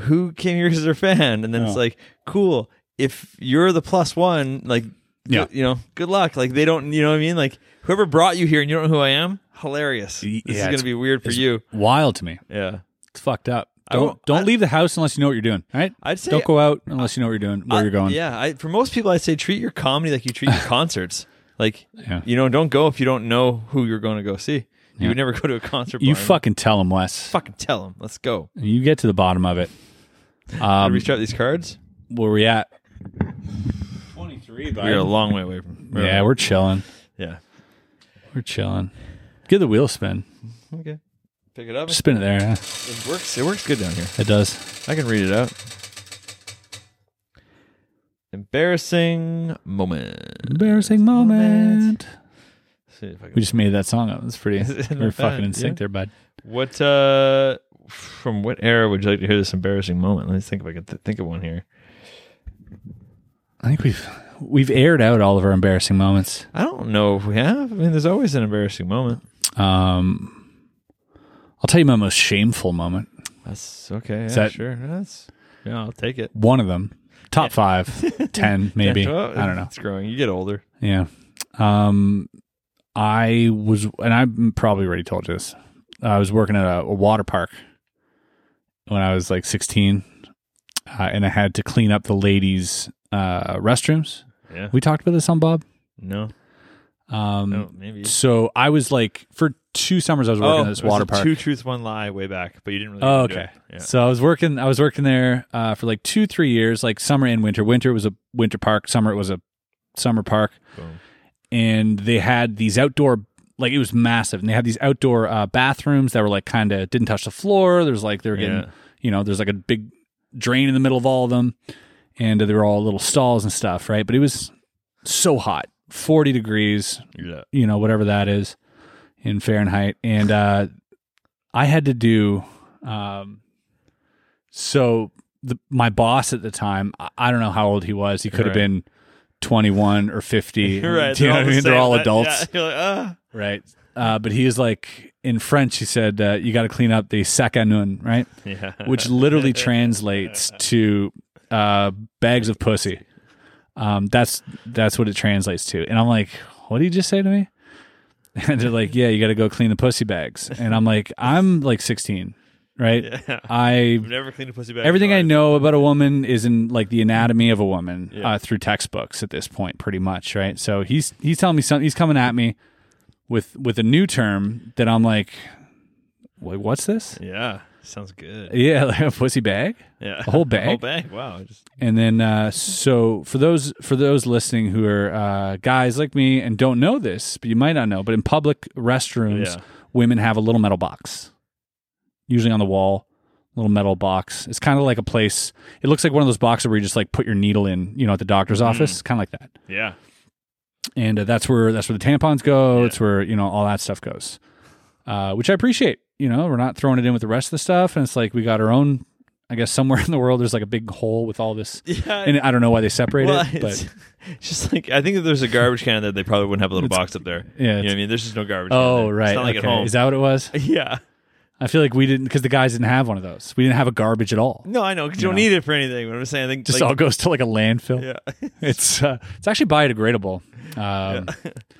S2: who came here as their fan? And then it's like, cool. If you're the plus one, like,
S3: Yeah.
S2: good- you know, good luck. Like they don't, you know what I mean? Like whoever brought you here and you don't know who I am, hilarious. This
S3: yeah,
S2: is
S3: it's-
S2: gonna be weird for you.
S3: Wild to me.
S2: Yeah.
S3: It's fucked up.
S2: I
S3: Don't
S2: won't-
S3: don't
S2: I-
S3: leave the house unless you know what you're doing. All right.
S2: I'd say-
S3: don't go out unless you know what you're doing, where
S2: I-
S3: you're going.
S2: Yeah, I, for most people, I'd say treat your comedy like you treat
S3: <laughs>
S2: your concerts. Like,
S3: Yeah.
S2: you know, don't go if you don't know who you're going to go see. You
S3: Yeah.
S2: would never go to a concert.
S3: You
S2: blind.
S3: fucking tell them, Wes.
S2: fucking tell them. Let's go.
S3: You get to the bottom of it.
S2: Did
S3: Um,
S2: we start these cards?
S3: where we at? Twenty three.
S2: We're a long way away from.
S3: Yeah, we're chilling.
S2: yeah.
S3: We're chilling. Give the wheel a spin.
S2: Okay. Pick it up.
S3: Spin it there. yeah.
S2: It works. It works good down here.
S3: It does.
S2: I can read it out. Embarrassing moment.
S3: Embarrassing moment.
S2: See if I can-
S3: We just made that song up. That's
S2: <laughs>
S3: pretty.
S2: Isn't
S3: We're
S2: that
S3: fucking
S2: bad?
S3: in sync
S2: Yeah.
S3: there, bud.
S2: What uh from what era would you like to hear this embarrassing moment? Let me think if I could th- think of one here.
S3: I think we've we've aired out all of our embarrassing moments.
S2: I don't know if we have. I mean, there's always an embarrassing moment.
S3: Um, I'll tell you my most shameful moment.
S2: That's okay. yeah,
S3: that-
S2: sure. That's yeah. I'll take it.
S3: one of them top five
S2: <laughs>
S3: ten maybe
S2: Well,
S3: i don't know
S2: It's growing. You get older.
S3: yeah um i was and i probably already told you this i was working at a, a water park when i was like 16 uh, and i had to clean up the ladies uh restrooms
S2: Yeah. Oh,
S3: we talked about this on bob
S2: No.
S3: um
S2: No. Maybe.
S3: so i was like for two summers i was working at this
S2: Oh, it was
S3: water
S2: a
S3: park
S2: Two truths, one lie. Way back, but you didn't really.
S3: Oh,
S2: do
S3: okay.
S2: it. Yeah.
S3: So I was working. I was working there uh, for like two, three years, like summer and winter. Winter was a winter park. Summer it was a summer park,
S2: Boom.
S3: and they had these outdoor. Like it was massive, and they had these outdoor uh, bathrooms that were like kind of didn't touch the floor. There's like they were getting,
S2: Yeah.
S3: you know, there's like a big drain in the middle of all of them, and they were all little stalls and stuff, right? But it was so hot, forty degrees,
S2: Yeah.
S3: you know, whatever that is. in Fahrenheit, and uh, I had to do. Um, so the, my boss at the time, I, I don't know how old he was. He could have
S2: Right.
S3: been twenty-one or
S2: <laughs>
S3: fifty.
S2: right.
S3: <laughs> Do you know what I
S2: the
S3: mean? They're
S2: same,
S3: all
S2: but-
S3: adults
S2: Yeah, you're like, ah.
S3: right? Uh, but he is like in French. He said, uh, "You got to clean up the sac à nun," right?
S2: Yeah. <laughs>
S3: Which literally translates to uh, bags of pussy. Um, that's that's what it translates to. And I'm like, "What did you just say to me?" <laughs> And they're like, "Yeah, you got to go clean the pussy bags." And I'm like, "I'm like 16, right?
S2: Yeah. <laughs>
S3: I
S2: I've never cleaned a pussy bag. in
S3: Everything
S2: my
S3: I
S2: life.
S3: know about a woman is in like the anatomy of a woman uh, through textbooks at this point, pretty much, right? So he's he's telling me something. He's coming at me with with a new term that I'm like, wait, what's this?
S2: Yeah. Sounds good.
S3: Yeah, <laughs> like a pussy bag,
S2: Yeah.
S3: <laughs> a whole
S2: A <laughs> whole
S3: bag.
S2: bag. Wow. I Just,
S3: And then uh, so for those for those listening who are uh, guys like me and don't know this, but you might not know, but in public restrooms,
S2: Yeah.
S3: women have a little metal box, usually on the wall. Little metal box. It's kind of like a place. It looks like one of those boxes where you just like put your needle in, you know, at the doctor's office. Kind of like that. <laughs>
S2: yeah.
S3: And uh, that's where that's where the tampons go.
S2: Yeah.
S3: It's where you know all that stuff goes, uh, which I appreciate. You know, we're not throwing it in with the rest of the stuff, and it's like we got our own. I guess somewhere <laughs> in the world, there's like a big hole with all this
S2: Yeah.
S3: <laughs> and I don't know why they separate
S2: well,
S3: it,
S2: it's <laughs>
S3: but
S2: just like I think if there's a garbage can that they probably wouldn't have a little box up there. You
S3: yeah,
S2: know
S3: it's-
S2: what I mean? There's just no garbage. can
S3: oh
S2: there.
S3: right,
S2: It's not like
S3: okay.
S2: at home.
S3: Is that what it was?
S2: <laughs> yeah.
S3: I feel like we didn't because the guys didn't have one of those. We didn't have a garbage at all.
S2: No, I know. 'cause you
S3: You
S2: don't
S3: know.
S2: need it for anything. But I'm just saying, I think
S3: Just
S2: like,
S3: all goes to like a landfill.
S2: Yeah.
S3: It's uh, it's actually biodegradable. Um,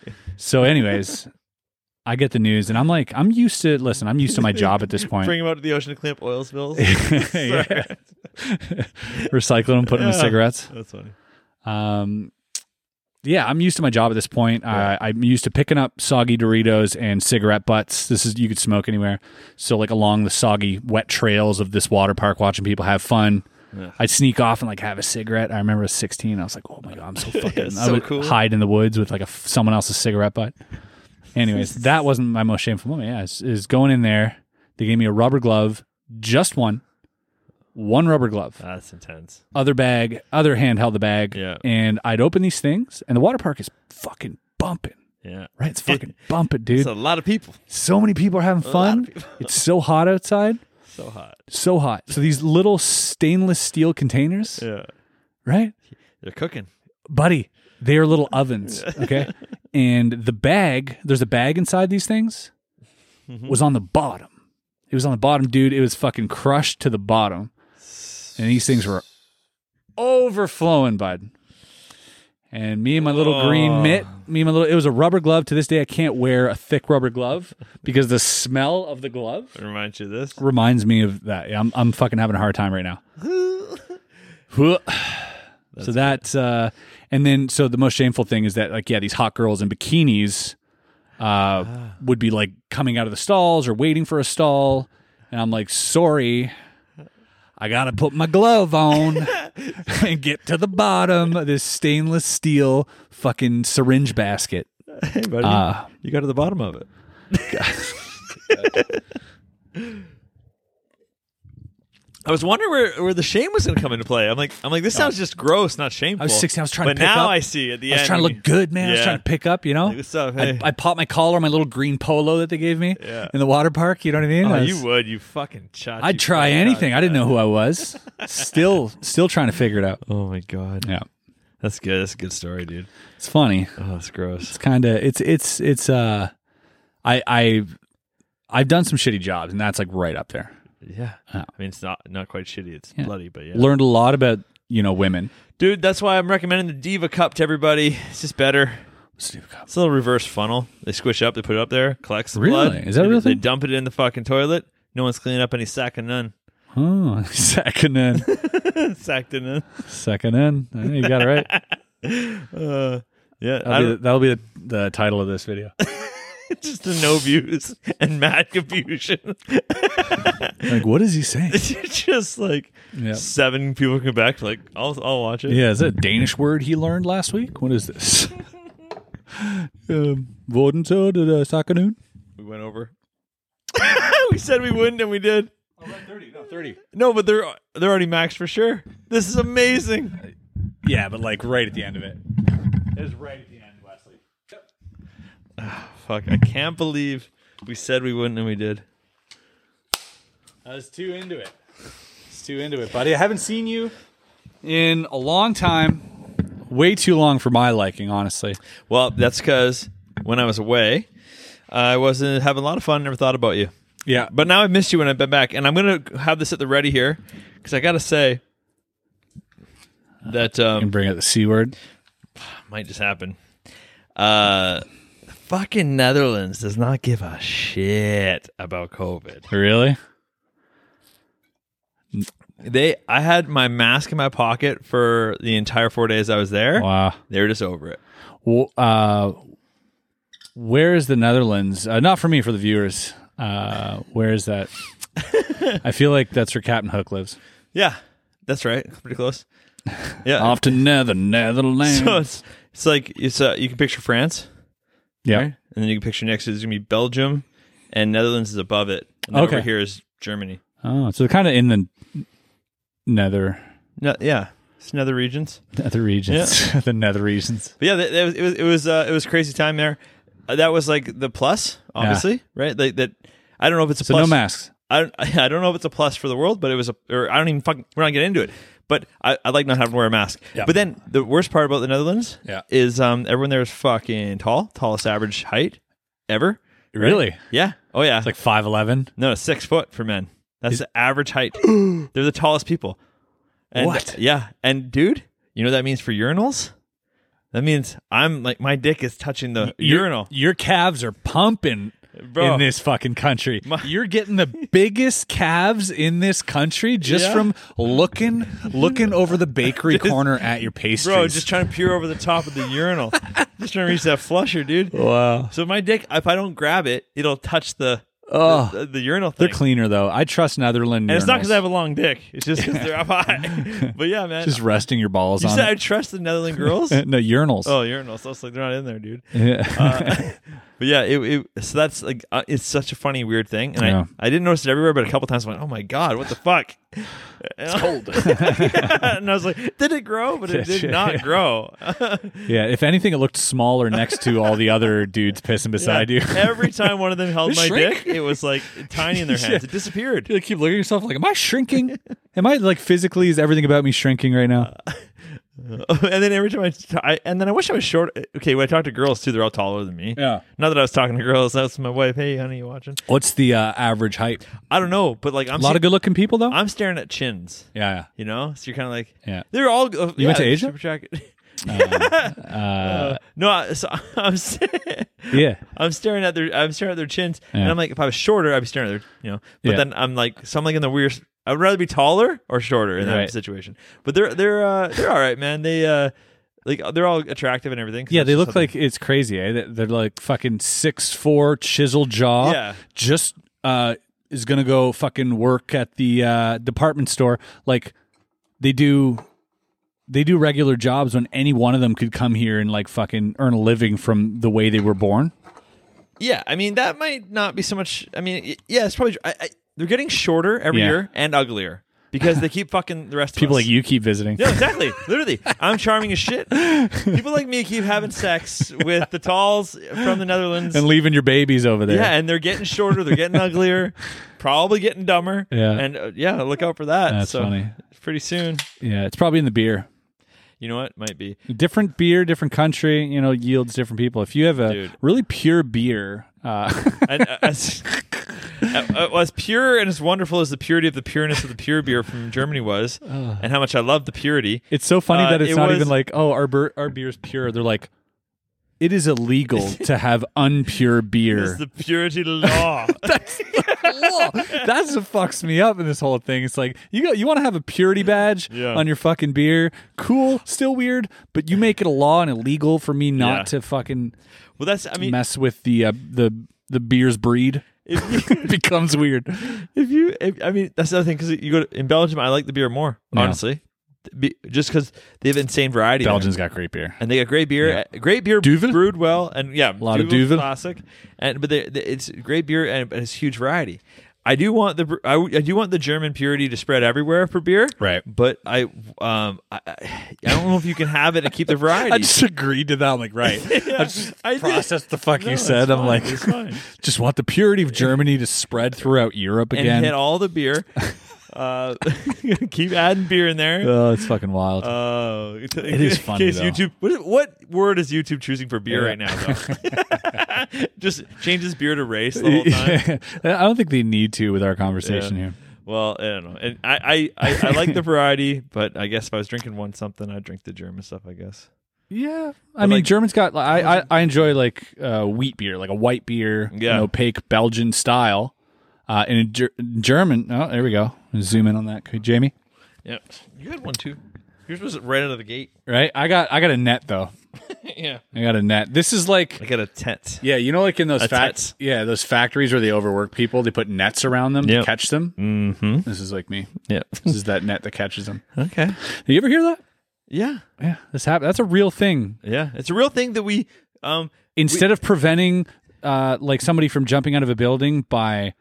S3: <laughs> so, anyways, I get the news, and I'm like, I'm used to listen. I'm used to my job
S2: <laughs>
S3: at this <laughs> point. <laughs>
S2: Bring them out to the ocean to clean up oil spills. <laughs>
S3: Yeah. Recycle them, put them in
S2: Yeah.
S3: cigarettes.
S2: That's funny.
S3: Um, yeah, I'm used to my job at this point. Uh, I'm used to picking up soggy Doritos and cigarette butts. This is you could smoke anywhere. So like along the soggy, wet trails of this water park, watching people have fun.
S2: Yeah.
S3: I'd sneak off and like have a cigarette. I remember I was 16. I was like, oh my god,
S2: <laughs>
S3: I'm so fucking. I
S2: so
S3: would
S2: cool.
S3: hide in the woods with like a, someone else's cigarette butt.
S2: <laughs>
S3: Anyways, that wasn't my most shameful moment. Yeah, is, is going in there. They gave me a rubber glove, just one, one rubber glove
S2: That's intense.
S3: other bag, other hand held the bag.
S2: Yeah.
S3: And I'd open these things, and the water park is fucking bumping.
S2: Yeah.
S3: Right?
S2: <laughs>
S3: It's fucking bumping, dude.
S2: It's a lot of people.
S3: so many people are having
S2: lot of
S3: fun.
S2: <laughs>
S3: it's so hot outside.
S2: So hot.
S3: So hot. So these little stainless steel containers,
S2: Yeah.
S3: right?
S2: They're cooking.
S3: Buddy, they are little ovens. Okay. and the bag, there's a bag inside these things, was on the bottom. It was on the bottom, dude. It was fucking crushed to the bottom. And these things were overflowing, bud. And me and my little green mitt, me and my little, it was a rubber glove. To this day, I can't wear a thick rubber glove because the smell of the glove
S2: Reminds you of this.
S3: reminds me of that. Yeah, I'm, I'm fucking having a hard time right now. so that's, uh, and then, so the most shameful thing is that, like, yeah, these hot girls in bikinis uh, would be like coming out of the stalls or waiting for a stall. And I'm like, sorry, I got to put my glove on <laughs> and get to the bottom of this stainless steel fucking syringe basket.
S2: Hey, buddy.
S3: Uh,
S2: you got to the bottom of it. <laughs> I was wondering where, where the shame was going to come into play. I'm like, I'm like, this sounds just gross, not shameful.
S3: I was 16. I was trying
S2: but
S3: to pick
S2: now
S3: up.
S2: I see at the
S3: I
S2: end.
S3: was trying to
S2: when
S3: look good, man. I was
S2: Yeah.
S3: trying to pick up, you know?
S2: Like, what's up?
S3: I-
S2: Hey.
S3: I, popped my collar, my little green polo that they gave me
S2: Yeah.
S3: in the water park. You know what I mean?
S2: you-
S3: I
S2: oh,
S3: was-
S2: you would. You fucking shot.
S3: I'd try anything. I didn't know who I was. Still, still trying to figure it out.
S2: Oh my god.
S3: Yeah,
S2: That's good. That's a good story, dude.
S3: it's funny.
S2: Oh, that's gross.
S3: It's kind of it's it's it's uh, I I I've done some shitty jobs, and that's like right up there.
S2: Yeah.
S3: Yeah.
S2: I mean, it's not not quite shitty. It's
S3: Yeah.
S2: bloody, but yeah.
S3: Learned a lot about you know women.
S2: Dude, that's why I'm recommending the Diva Cup to everybody. It's just better.
S3: Steve Cobb.
S2: It's a little reverse funnel. They squish up, they put it up there, collects the
S3: Really?
S2: blood.
S3: Is that a
S2: they,
S3: real
S2: They
S3: thing?
S2: dump it in the fucking toilet. No one's cleaning up any sack of none. <laughs>
S3: Oh, <laughs> second in,
S2: Sacked in none.
S3: second in. Yeah, You got it right.
S2: Uh, yeah, I
S3: That'll be, the,
S2: don't,
S3: that'll be the, the title of
S2: <laughs>
S3: this video.
S2: just the no views <laughs> and mad confusion. <laughs>
S3: Like, what is he saying?
S2: It's just like
S3: Yeah.
S2: seven people come back. Like I'll I'll watch it.
S3: Yeah, is that a Danish word he learned last week? What is <laughs> this? Um, Worden så det der sakkenoon?
S2: We went over. <laughs> we said we wouldn't, and we did.
S3: Thirty.
S2: No, but they're they're already maxed for sure. This is amazing.
S3: Yeah, but like right at the end of it. It was right at the end, Wesley.
S2: Fuck, I can't believe We said we wouldn't, and we did.
S3: I was too into it. It's too into it, buddy. I haven't seen you in a long time. Way too long for my liking, honestly.
S2: Well, that's because when I was away, I wasn't having a lot of fun. Never thought about you,
S3: Yeah,
S2: but now I've missed you when I've been back, and I'm gonna have this at the ready here because I gotta say that um,
S3: and bring out the c word.
S2: might just happen. Uh, fucking Netherlands does not give a shit about COVID.
S3: Really?
S2: They, I had my mask in my pocket for the entire four days I was there.
S3: Wow.
S2: They were just over it.
S3: Well, uh, where is the Netherlands? Uh, not for me, for the viewers. Uh, where is that? I feel like that's where Captain Hook lives.
S2: Yeah, that's right. Pretty close. Yeah.
S3: Off to nether
S2: <laughs>
S3: Netherlands.
S2: so it's it's like it's uh, you can picture France,
S3: yeah.
S2: and then you can picture next is gonna be Belgium, and Netherlands is above it. And then
S3: Okay.
S2: over here is Germany.
S3: Oh, so kind of in the nether
S2: No, yeah, it's nether regions.
S3: nether regions. <laughs> the nether regions.
S2: But yeah, that, that was, it was it was uh, it was crazy time there. Uh, that was like the plus, obviously, right? Like that. I don't know if it's a
S3: So
S2: plus.
S3: no masks.
S2: I don't, <laughs> I don't know if it's a plus for the world, but it was a. Or I don't even fucking. We're not getting into it. But I, I like not having to wear a mask.
S3: Yeah.
S2: But then the worst part about the Netherlands
S3: Yeah.
S2: is um everyone there is fucking tall, tallest average height ever.
S3: Really?
S2: Yeah. Oh yeah.
S3: Like five eleven.
S2: no, six foot for men. That's the average
S3: <gasps>
S2: height. They're the tallest people. And,
S3: What?
S2: Yeah. And dude, you know what that means for urinals? That means I'm like my dick is touching the urinal.
S3: Your calves are pumping
S2: Bro.
S3: in this fucking country. <laughs> You're getting the biggest calves in this country just
S2: Yeah.
S3: from looking looking over
S2: <laughs>
S3: the bakery corner at your pastries.
S2: Bro, just trying to peer over the top of the
S3: <laughs>
S2: urinal. Just trying to reach that flusher, dude.
S3: wow.
S2: So my dick, if I don't grab it, it'll touch the
S3: Oh.
S2: the, the urinal thing.
S3: They're cleaner though. I trust
S2: and
S3: Netherland.
S2: it's not
S3: urinals.
S2: because I have a long dick. It's just because
S3: <laughs>
S2: they're up high. <laughs> but yeah, man.
S3: just resting your balls
S2: you
S3: on
S2: said I
S3: it.
S2: trust the
S3: <laughs>
S2: Netherlands girls. oh,
S3: no urinals.
S2: urinals. I was like, they're not in there, dude.
S3: <laughs> Yeah.
S2: But yeah, it, it so that's like uh, it's such a funny weird thing, and
S3: Yeah.
S2: I I didn't notice it everywhere, but a couple times I went, oh my god, what the fuck? It's <laughs> cold, and I was like, did it grow? But it did not grow.
S3: yeah. If anything, it looked smaller next to all
S2: <laughs>
S3: the other dudes pissing beside you.
S2: Every time one of them held
S3: It
S2: my
S3: shrank.
S2: dick, it was like tiny in their hands. It disappeared.
S3: <laughs>
S2: <laughs>
S3: You keep looking at yourself like, am I shrinking? am I like physically? Is everything about me shrinking
S2: <laughs>
S3: right now?
S2: and then every time I, t- I- and then I wish I was short. Okay, when I talk to girls too, they're all taller than me.
S3: Yeah.
S2: Not that I was talking to girls. That's my wife. Hey, honey, you watching?
S3: What's the uh, average height?
S2: I don't know, but like I'm
S3: A lot
S2: se-
S3: of good looking people though.
S2: I'm staring at chins.
S3: yeah,
S2: You know, so you're kind of like,
S3: Yeah.
S2: they're all. Uh,
S3: You went to Asia?
S2: <laughs>
S3: Uh,
S2: Uh, no, I, so <laughs> I'm st-
S3: yeah, yeah.
S2: I'm staring at their I'm staring at their chins,
S3: Yeah.
S2: and I'm like, if I was shorter, I'd be staring at their, you know. But
S3: Yeah.
S2: then I'm like, so I'm like in the weirdest. I'd rather be taller or shorter in that
S3: Right.
S2: situation. But they're they're uh, they're all right, man. They uh, like they're all attractive and everything. 'cause
S3: Yeah,
S2: that's
S3: they
S2: just
S3: look
S2: something-
S3: like it's crazy. Eh? They- They're like fucking six four, chisel jaw.
S2: Yeah.
S3: just uh, is gonna go fucking work at the uh, department store. Like they do, they do regular jobs when any one of them could come here and like fucking earn a living from the way they were born.
S2: yeah. I mean, that might not be so much. I mean, y- yeah, it's probably I, I, they're getting shorter every
S3: Yeah.
S2: year and uglier because they keep fucking the rest
S3: People
S2: of us.
S3: like you keep visiting.
S2: No, exactly. Literally, I'm charming as shit. People like me keep having sex with the talls from the Netherlands.
S3: <laughs> And leaving your babies over there.
S2: yeah, and they're getting shorter. They're getting uglier. Probably getting dumber.
S3: Yeah.
S2: and uh, yeah, look out for that.
S3: That's
S2: so,
S3: funny.
S2: Pretty soon,
S3: yeah, it's probably in the beer.
S2: you know what? Might be.
S3: different beer, different country, you know, yields different people. If you have a
S2: Dude.
S3: really pure beer, uh, <laughs>
S2: And, uh, as, uh, uh, as pure and as wonderful as the purity of the pureness of the pure beer from Germany was, and how much I love the purity.
S3: it's so funny
S2: Uh,
S3: that it's
S2: it
S3: not
S2: was-
S3: even like, oh, our beer, our beer's pure. They're like, it is illegal
S2: <laughs>
S3: to have unpure beer.
S2: It's the purity law.
S3: <laughs> Whoa, That's what fucks me up in this whole thing. It's like you go, you want to have a purity badge
S2: Yeah.
S3: on your fucking beer. Cool, still weird, but you make it a law and illegal for me not
S2: Yeah.
S3: to fucking
S2: well, that's. I mean,
S3: mess with the uh, the the beer's breed. <laughs>
S2: if you,
S3: It becomes weird.
S2: if you if, i mean that's the other thing because you go to, in belgium i like the beer more
S3: Yeah.
S2: honestly Be, just because they have insane variety there.
S3: Belgians got great beer.
S2: and they got great beer uh, great beer
S3: Duvel?
S2: brewed well and yeah a
S3: lot of Duvel.
S2: classic and but they, they, it's great beer and, and it's huge variety I do want the I, w- I do want the German purity to spread everywhere for beer,
S3: Right.
S2: But I um I, I I don't know if you can have it and
S3: <laughs>
S2: keep the variety.
S3: I just agreed to that. I'm like, right.
S2: <laughs>
S3: I just <laughs>
S2: I did.
S3: processed the fuck
S2: No,
S3: you
S2: it's
S3: said. I'm
S2: fine,
S3: like,
S2: it's fine.
S3: <laughs> just want the purity of Germany to spread throughout Europe
S2: and
S3: again.
S2: hit all the beer. Uh, <laughs> keep adding beer in
S3: <laughs>
S2: there.
S3: <laughs> oh, it's fucking <laughs> wild.
S2: Uh, it
S3: is funny,
S2: Case
S3: though.
S2: YouTube. What, is- what word is YouTube choosing for beer
S3: Yeah.
S2: right now? Though,
S3: <laughs>
S2: <laughs> just changes beer to race the whole time.
S3: I don't think they need to with our conversation
S2: Yeah.
S3: here.
S2: Well, I don't know. And I, I, I, I like the variety, but I guess if I was drinking one something, I'd drink the German stuff, I guess.
S3: Yeah, I
S2: But,
S3: mean,
S2: like-
S3: Germans got. I, I I enjoy like uh, wheat beer, like a white beer,
S2: Yeah.
S3: an opaque Belgian style. Uh, in a ger- German, oh, there we go. Zoom in on that, could Jamie.
S2: Yeah. You had one too. Yours was right out of the gate.
S3: Right, I got I got a net though.
S2: <laughs> yeah.
S3: I got a net. This is like,
S2: I got a tent.
S3: yeah, you know, like in those
S2: A
S3: fact,
S2: tent.
S3: yeah, those factories where they overwork people, they put nets around them
S2: Yep.
S3: to catch them.
S2: Mm-hmm.
S3: This is like me.
S2: Yeah.
S3: This is that net that catches them. <laughs>
S2: okay.
S3: Do you ever hear that?
S2: Yeah.
S3: Yeah, this happened. That's a real thing.
S2: Yeah. It's a real thing that we, um,
S3: instead of preventing uh, like somebody from jumping out of a building by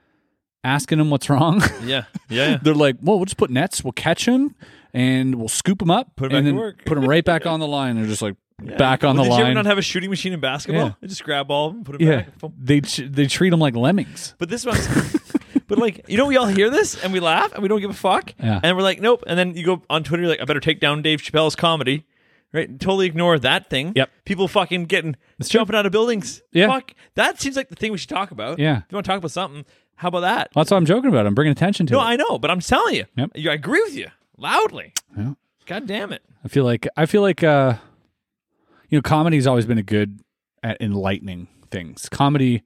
S3: asking them what's wrong, <laughs>
S2: <laughs> yeah. Yeah. yeah.
S3: they're like, "Well, we'll just put nets. We'll catch him and we'll scoop him up,
S2: Put 'em
S3: and
S2: back to
S3: then
S2: work."
S3: put him right back on the line." They're just like back on
S2: Well,
S3: the
S2: did you ever
S3: line.
S2: not have a shooting machine in basketball?
S3: Yeah.
S2: I just grab all of them, put them
S3: yeah,
S2: back. boom.
S3: they tr- they treat them like lemmings.
S2: But this one's. <laughs> But like you know, we all hear this and we laugh and we don't give a fuck,
S3: Yeah.
S2: and we're like, nope. And then you go on Twitter, you're like, I better take down Dave Chappelle's comedy, right? Totally ignore that thing.
S3: Yep.
S2: People fucking getting
S3: true.
S2: jumping out of buildings.
S3: Yeah.
S2: Fuck. That seems like the thing we should talk about.
S3: Yeah.
S2: If you want to talk about something, how about that?
S3: Well, that's what I'm joking about. I'm bringing attention to
S2: No,
S3: it.
S2: I know, but I'm telling you,
S3: Yep.
S2: you I agree with you loudly.
S3: Yeah.
S2: God damn it.
S3: I feel like I feel like uh, you know, comedy's always been a good at enlightening things. Comedy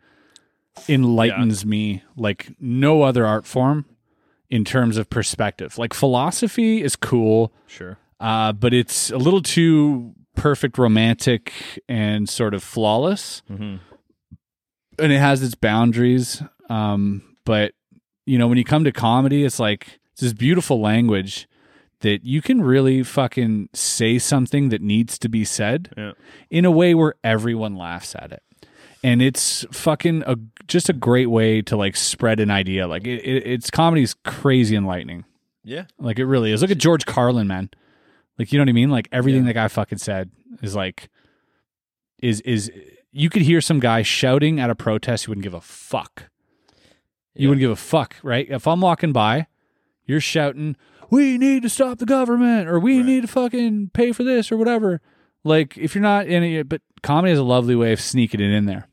S3: enlightens me like no other art form in terms of perspective. Like philosophy is cool,
S2: Sure.
S3: uh, but it's a little too perfect, romantic, and sort of flawless. And it has its boundaries. Um, but you know, when you come to comedy, it's like it's this beautiful language that you can really fucking say something that needs to be said
S2: Yeah.
S3: in a way where everyone laughs at it. And it's fucking a just a great way to like spread an idea. Like it, it, it's comedy's crazy enlightening.
S2: Yeah.
S3: Like it really is. Look at George Carlin, man. Like you know what I mean? Like everything that guy fucking said is like is is you could hear some guy shouting at a protest, you wouldn't give a fuck. You
S2: Yeah.
S3: wouldn't give a fuck, right? If I'm walking by, you're shouting, We need to stop the government or we need to fucking pay for this or whatever. Like if you're not in it, but comedy is a lovely way of sneaking it in there.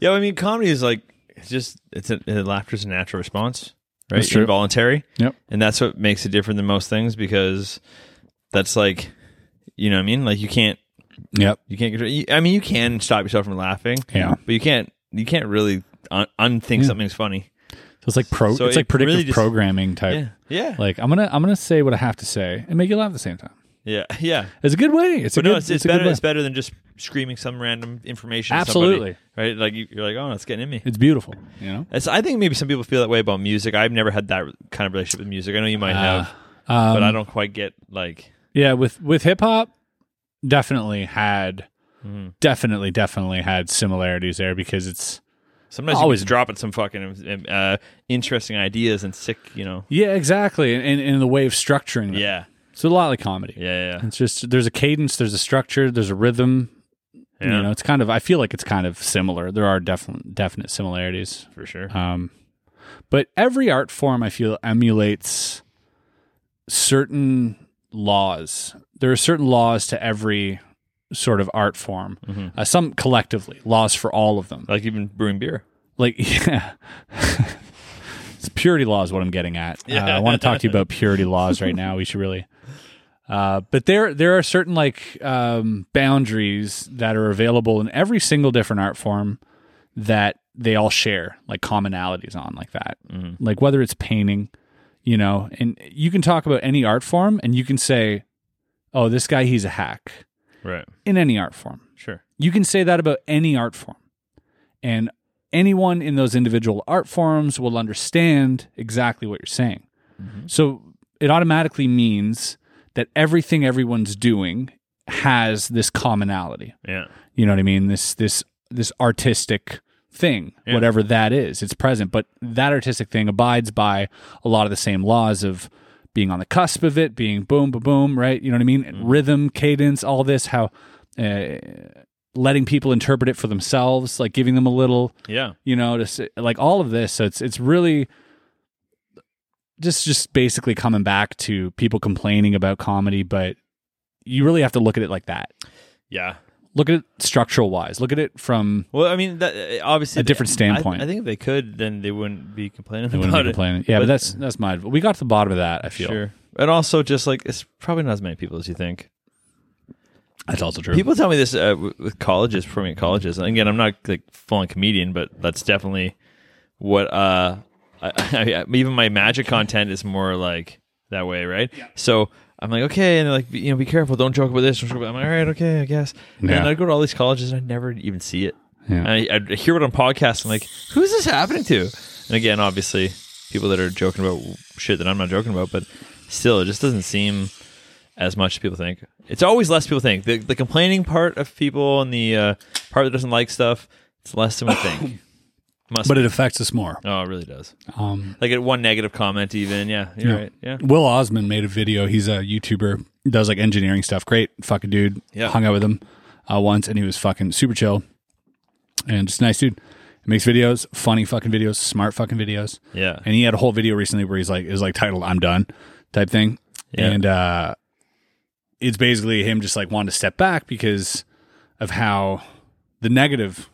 S2: Yeah, I mean, comedy is like it's just it's a, uh, laughter's a natural response, right?
S3: That's true.
S2: Involuntary.
S3: Yep.
S2: and that's what makes it different than most things because that's like, you know, what I mean, like you can't,
S3: Yep.
S2: you can't. control- you- I mean, you can stop yourself from laughing.
S3: Yeah.
S2: but you can't. You can't really un- unthink something's funny.
S3: So it's like pro
S2: So
S3: it's like
S2: it really
S3: predictive
S2: just-
S3: programming type.
S2: Yeah, yeah,
S3: Like I'm gonna I'm gonna say what I have to say and make you laugh at the same time.
S2: yeah, <laughs> yeah.
S3: It's a good way. It's a
S2: But
S3: good.
S2: no, it's, it's,
S3: a good
S2: better.
S3: way.
S2: It's better than just screaming some random information. at
S3: Absolutely.
S2: somebody, right? Like you, you're like, oh, it's getting in me.
S3: It's beautiful. You know.
S2: It's, I think maybe some people feel that way about music. I've never had that kind of relationship with music. I know you might have,
S3: Ah, um,
S2: but I don't quite get like
S3: Yeah. With with hip hop, definitely had, Mm-hmm. definitely definitely had similarities there because it's
S2: Sometimes
S3: Always.
S2: always dropping some fucking uh, interesting ideas and sick, you know.
S3: yeah exactly and and, and the way of structuring. Them.
S2: Yeah,
S3: It's a lot like comedy.
S2: yeah, yeah.
S3: It's just there's a cadence, there's a structure, there's a rhythm.
S2: Yeah.
S3: You know, it's kind of. I feel like it's kind of similar. There are definite definite similarities.
S2: for sure.
S3: Um, but every art form, I feel, emulates certain laws. There are certain laws to every sort of art form. Uh, some collectively, laws for all of them.
S2: like even brewing beer.
S3: Like, <laughs> yeah. it's purity law is what I'm getting at. Uh, I want to talk to you about purity laws right now. We should really. Uh, but there, there are certain like um, boundaries that are available in every single different art form that they all share like commonalities on, like that. Like whether it's painting, you know, and you can talk about any art form, and you can say, "Oh, this guy, he's a hack."
S2: Right.
S3: In any art form,
S2: Sure.
S3: you can say that about any art form. And anyone in those individual art forms will understand exactly what you're saying. So it automatically means that everything everyone's doing has this commonality.
S2: Yeah.
S3: You know what I mean? This this this artistic thing, whatever that is. It's present, but that artistic thing abides by a lot of the same laws of being on the cusp of it, being boom, boom, boom, right? You know what I mean? Rhythm, cadence, all this, how uh, letting people interpret it for themselves, like giving them a little,
S2: Yeah.
S3: you know, to say, like all of this. So it's it's really just just basically coming back to people complaining about comedy, but you really have to look at it like that.
S2: Yeah.
S3: Look at it structural wise. Look at it from
S2: Well, I mean, that, uh, obviously
S3: A different
S2: I-
S3: standpoint.
S2: I, think if they could, then they wouldn't be complaining
S3: they wouldn't
S2: about
S3: be
S2: it.
S3: complaining. Yeah, but, that's that's my we got to the bottom of that, I feel.
S2: Sure. And also, just like it's probably not as many people as you think.
S3: That's also true.
S2: People tell me this uh, w- with colleges, performing at colleges. And again, I'm not like full on comedian, but that's definitely what. Uh, I, <laughs> I, even my magic content is more like that way, right? So I'm like, okay, and they're like, you know, be careful, don't joke about this. don't joke about-" I'm like, all right, okay, I guess.
S3: Yeah.
S2: And I go to all these colleges, and I never even see it.
S3: Yeah.
S2: And I, I hear it on podcasts. I'm like, who's this happening to? And again, obviously, people that are joking about shit that I'm not joking about, but still, it just doesn't seem as much as people think. It's always less people think. The, the complaining part of people and the uh, part that doesn't like stuff, it's less
S3: <coughs>
S2: than we think. Must
S3: but
S2: be.
S3: it affects us more.
S2: oh, it really does.
S3: Um,
S2: Like at one negative comment, even yeah, you're right. Yeah,
S3: Will Osman made a video. He's a YouTuber, does like engineering stuff. Great fucking dude.
S2: Yeah.
S3: Hung out with him uh, once and he was fucking super chill and just a nice dude. Makes videos, funny fucking videos, smart fucking videos.
S2: yeah.
S3: And he had a whole video recently where he's like, is like titled "I'm done" type thing,
S2: Yeah.
S3: and uh, it's basically him just like wanting to step back because of how the negative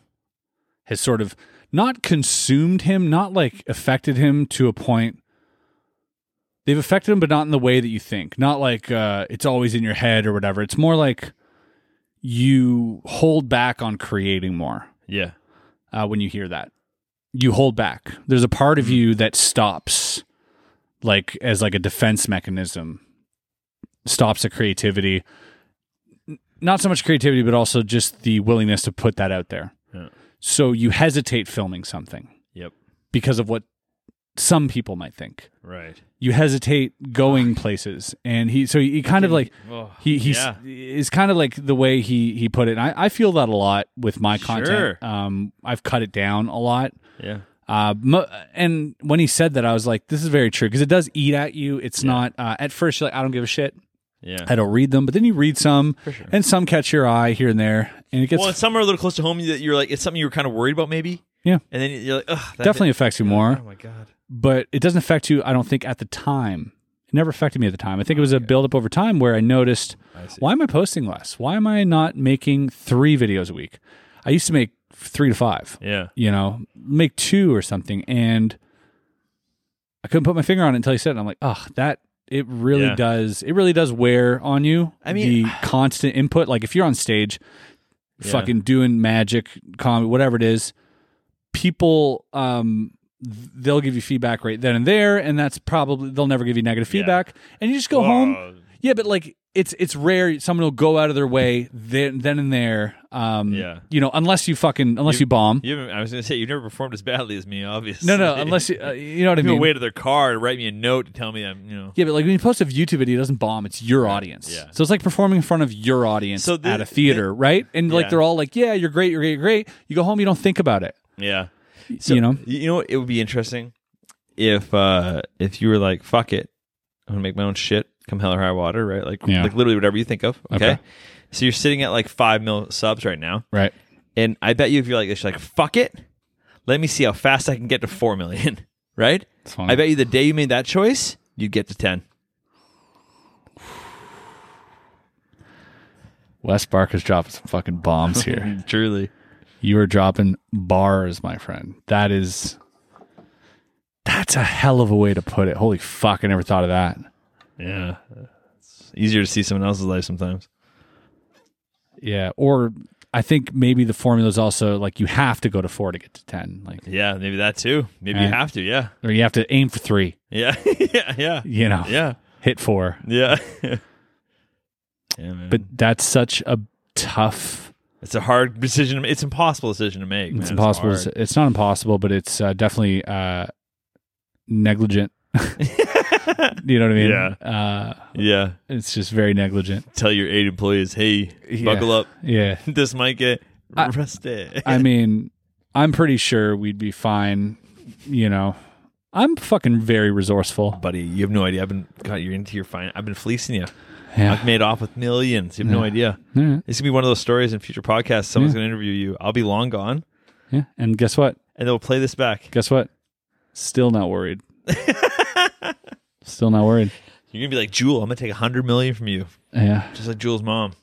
S3: has sort of not consumed him, not like affected him to a point. They've affected him, but not in the way that you think. Not like uh, it's always in your head or whatever. It's more like you hold back on creating more
S2: yeah,
S3: uh, when you hear that. You hold back. There's a part of you that stops, like as like a defense mechanism, stops the creativity. N- Not so much creativity, but also just the willingness to put that out there.
S2: Yeah.
S3: So you hesitate filming something
S2: yep,
S3: because of what some people might think.
S2: right.
S3: You hesitate going places, and he so he kind of like
S2: Oh,
S3: he he's
S2: yeah.
S3: is kind of like the way he he put it. And I, I feel that a lot with my content.
S2: Sure.
S3: Um, I've cut it down a lot.
S2: yeah,
S3: Uh, mo- and when he said that, I was like, "This is very true," because it does eat at you. It's not uh, at first you're like, "I don't give a shit,
S2: yeah.
S3: I don't read them," but then you read some, and some catch your eye here and there, and it gets
S2: well, and some are a little close to home that you're like, it's something you were kind of worried about, maybe.
S3: Yeah.
S2: And then you're like, ugh, that
S3: definitely affects you more.
S2: Oh my god.
S3: but it doesn't affect you, I don't think, at the time. It never affected me at the time. I think it was a buildup over time where I noticed why am I posting less? Why am I not making three videos a week? I used to make three to five,
S2: Yeah.
S3: you know, make two or something. And I couldn't put my finger on it until you said it. I'm like, oh, that. It really
S2: Yeah.
S3: does. It really does wear on you.
S2: I mean- <sighs>
S3: the constant input. Like if you're on stage, fucking doing magic, comedy, whatever it is, people um th- they'll give you feedback right then and there and that's probably they'll never give you negative feedback and you just go home yeah but like it's it's rare someone will go out of their way then then and there um
S2: Yeah.
S3: you know unless you fucking unless you,
S2: You-
S3: bomb
S2: You haven't, I was gonna say you've never performed as badly as me, obviously.
S3: no no
S2: <laughs>
S3: unless you uh, you know what i
S2: people
S3: mean
S2: wait to their car to write me a note to tell me I'm, you know.
S3: yeah but like when you post a youtube video it doesn't bomb it's your audience
S2: Yeah.
S3: so it's like performing in front of your audience
S2: So the-
S3: at a theater right and like
S2: Yeah.
S3: they're all like yeah you're great you're great you're great you go home you don't think about it
S2: Yeah. So,
S3: you know?
S2: You know, what? it would be interesting if uh if you were like, "Fuck it, I'm gonna make my own shit, come hell or high water," right? Like,
S3: Yeah.
S2: like literally whatever you think of. Okay?
S3: Okay.
S2: So you're sitting at like five mil subs right now,
S3: right
S2: and I bet you if you're like, this, you're like, "Fuck it, let me see how fast I can get to four million, <laughs> right?
S3: funny.
S2: I bet you the day you made that choice, you'd get to ten.
S3: Wes Barker's dropping some fucking bombs <laughs> here.
S2: Truly.
S3: you are dropping bars, my friend. That is that's a hell of a way to put it. Holy fuck, I never thought of that.
S2: Yeah. It's easier to see someone else's life sometimes.
S3: Yeah. Or I think maybe the formula is also like you have to go to four to get to ten. Like
S2: Yeah, maybe that too. Maybe
S3: Right.
S2: you have to, yeah.
S3: or you have to aim for three,
S2: Yeah. <laughs> yeah, yeah.
S3: you know.
S2: Yeah.
S3: Hit four.
S2: Yeah. <laughs> yeah man.
S3: But that's such a tough
S2: it's a hard decision. to- It's impossible decision to make. man.
S3: it's impossible. It's,
S2: hard.
S3: it's not impossible, but it's uh, definitely uh negligent. <laughs> you know what I mean?
S2: Yeah.
S3: Uh
S2: yeah.
S3: it's just very negligent.
S2: Tell your eight employees, hey,
S3: Yeah.
S2: buckle up. <laughs>
S3: Yeah.
S2: This might get <laughs>
S3: I-
S2: rusty.
S3: I mean, I'm pretty sure we'd be fine. You know, I'm fucking very resourceful.
S2: buddy. You have no idea. I've been God, you're into your fine. I've been fleecing you.
S3: Yeah.
S2: I've made off with millions. You have no idea.
S3: Yeah.
S2: It's gonna be one of those stories in future podcasts. Someone's gonna interview you. I'll be long gone,
S3: Yeah. And guess what?
S2: and they'll play this back.
S3: Guess what? Still
S2: <laughs>
S3: not worried. Still not worried.
S2: You're gonna be like Jewel. I'm gonna take a hundred million from you,
S3: Yeah.
S2: just like Jewel's mom.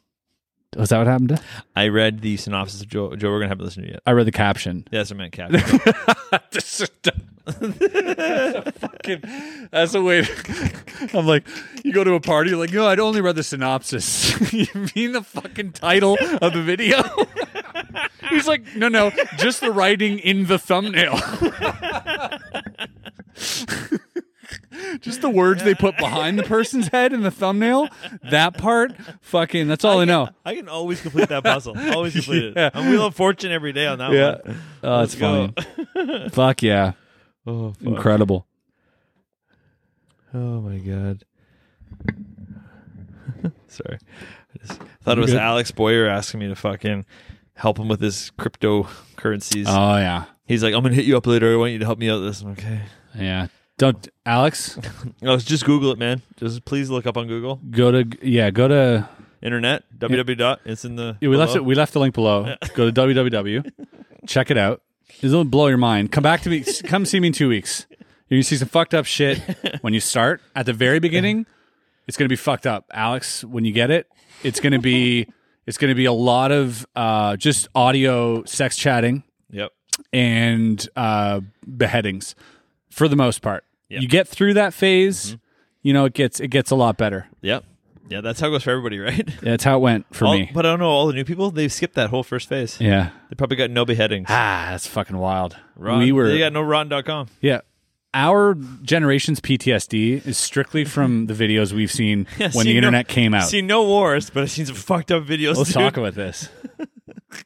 S3: Was that what happened?
S2: I read the synopsis of Joe. Joe, we're gonna have to listen to it. Yet.
S3: I read the caption.
S2: Yeah, that's what I meant, <laughs> Captain.
S3: <laughs> that's a fucking. That's a way. To, <laughs> I'm like, you go to a party, you're like, no, I'd only read the synopsis. <laughs> you mean the fucking title of the video? <laughs> He's like, no, no, just the writing in the thumbnail. <laughs> just the words they put behind the person's head in the thumbnail. That part, fucking, that's all I, know.
S2: I can always complete that <laughs> puzzle. Always complete
S3: Yeah.
S2: it. I'm Wheel of Fortune every day on that one.
S3: Oh,
S2: Let's
S3: that's
S2: go.
S3: funny. Fuck yeah.
S2: Oh, fuck.
S3: Incredible.
S2: Oh my god. <laughs> Sorry. I just thought it was
S3: good?
S2: Alex Boyer asking me to fucking help him with his cryptocurrencies.
S3: Oh, yeah.
S2: He's like, I'm gonna hit you up later. I want you to help me out with this. I'm like, okay.
S3: Yeah. Don't Alex
S2: I was just Google it, man. Just please look up on Google.
S3: go to yeah go to
S2: Internet. www. dot. It's in the
S3: yeah, we left
S2: below.
S3: it we left the link below. Go to www. check it out. It'll blow your mind. Come back to me. s- Come see me in two weeks. You're gonna see some fucked up shit when you start at the very beginning. It's gonna be fucked up, Alex. When you get it, it's gonna be it's gonna be a lot of uh, just audio sex chatting.
S2: Yep.
S3: and uh, beheadings for the most part.
S2: Yeah. Mm-hmm.
S3: You get through that phase, you know, it gets it gets a lot better.
S2: Yep. Yeah, that's how it goes for everybody, <laughs> right?
S3: That's how it went for
S2: All,
S3: me.
S2: Oh, but I don't know, all the new people, they skipped that whole first phase.
S3: yeah.
S2: They probably got no beheadings.
S3: Ah, that's fucking wild.
S2: Rotten-
S3: we were
S2: they got no rotten.com.
S3: yeah. Our generation's PTSD is strictly from the videos we've seen
S2: <laughs> <laughs> Yeah,
S3: when
S2: see
S3: the
S2: no-
S3: internet came out.
S2: See no wars, but I've seen some <laughs> fucked up videos.
S3: Let's
S2: dude.
S3: talk about this.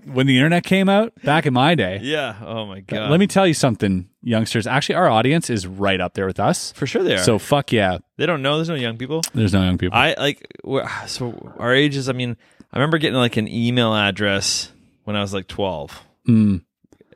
S3: when the internet came out back in my day,
S2: <laughs> Yeah. Oh my god.
S3: let me tell you something, youngsters. Actually, our audience is right up there with us.
S2: For sure they are.
S3: So fuck yeah.
S2: they don't know. There's no young people.
S3: There's no young people.
S2: I like. we're- <sighs> So our ages. I mean, I remember getting like an email address when I was like 12,
S3: Mm.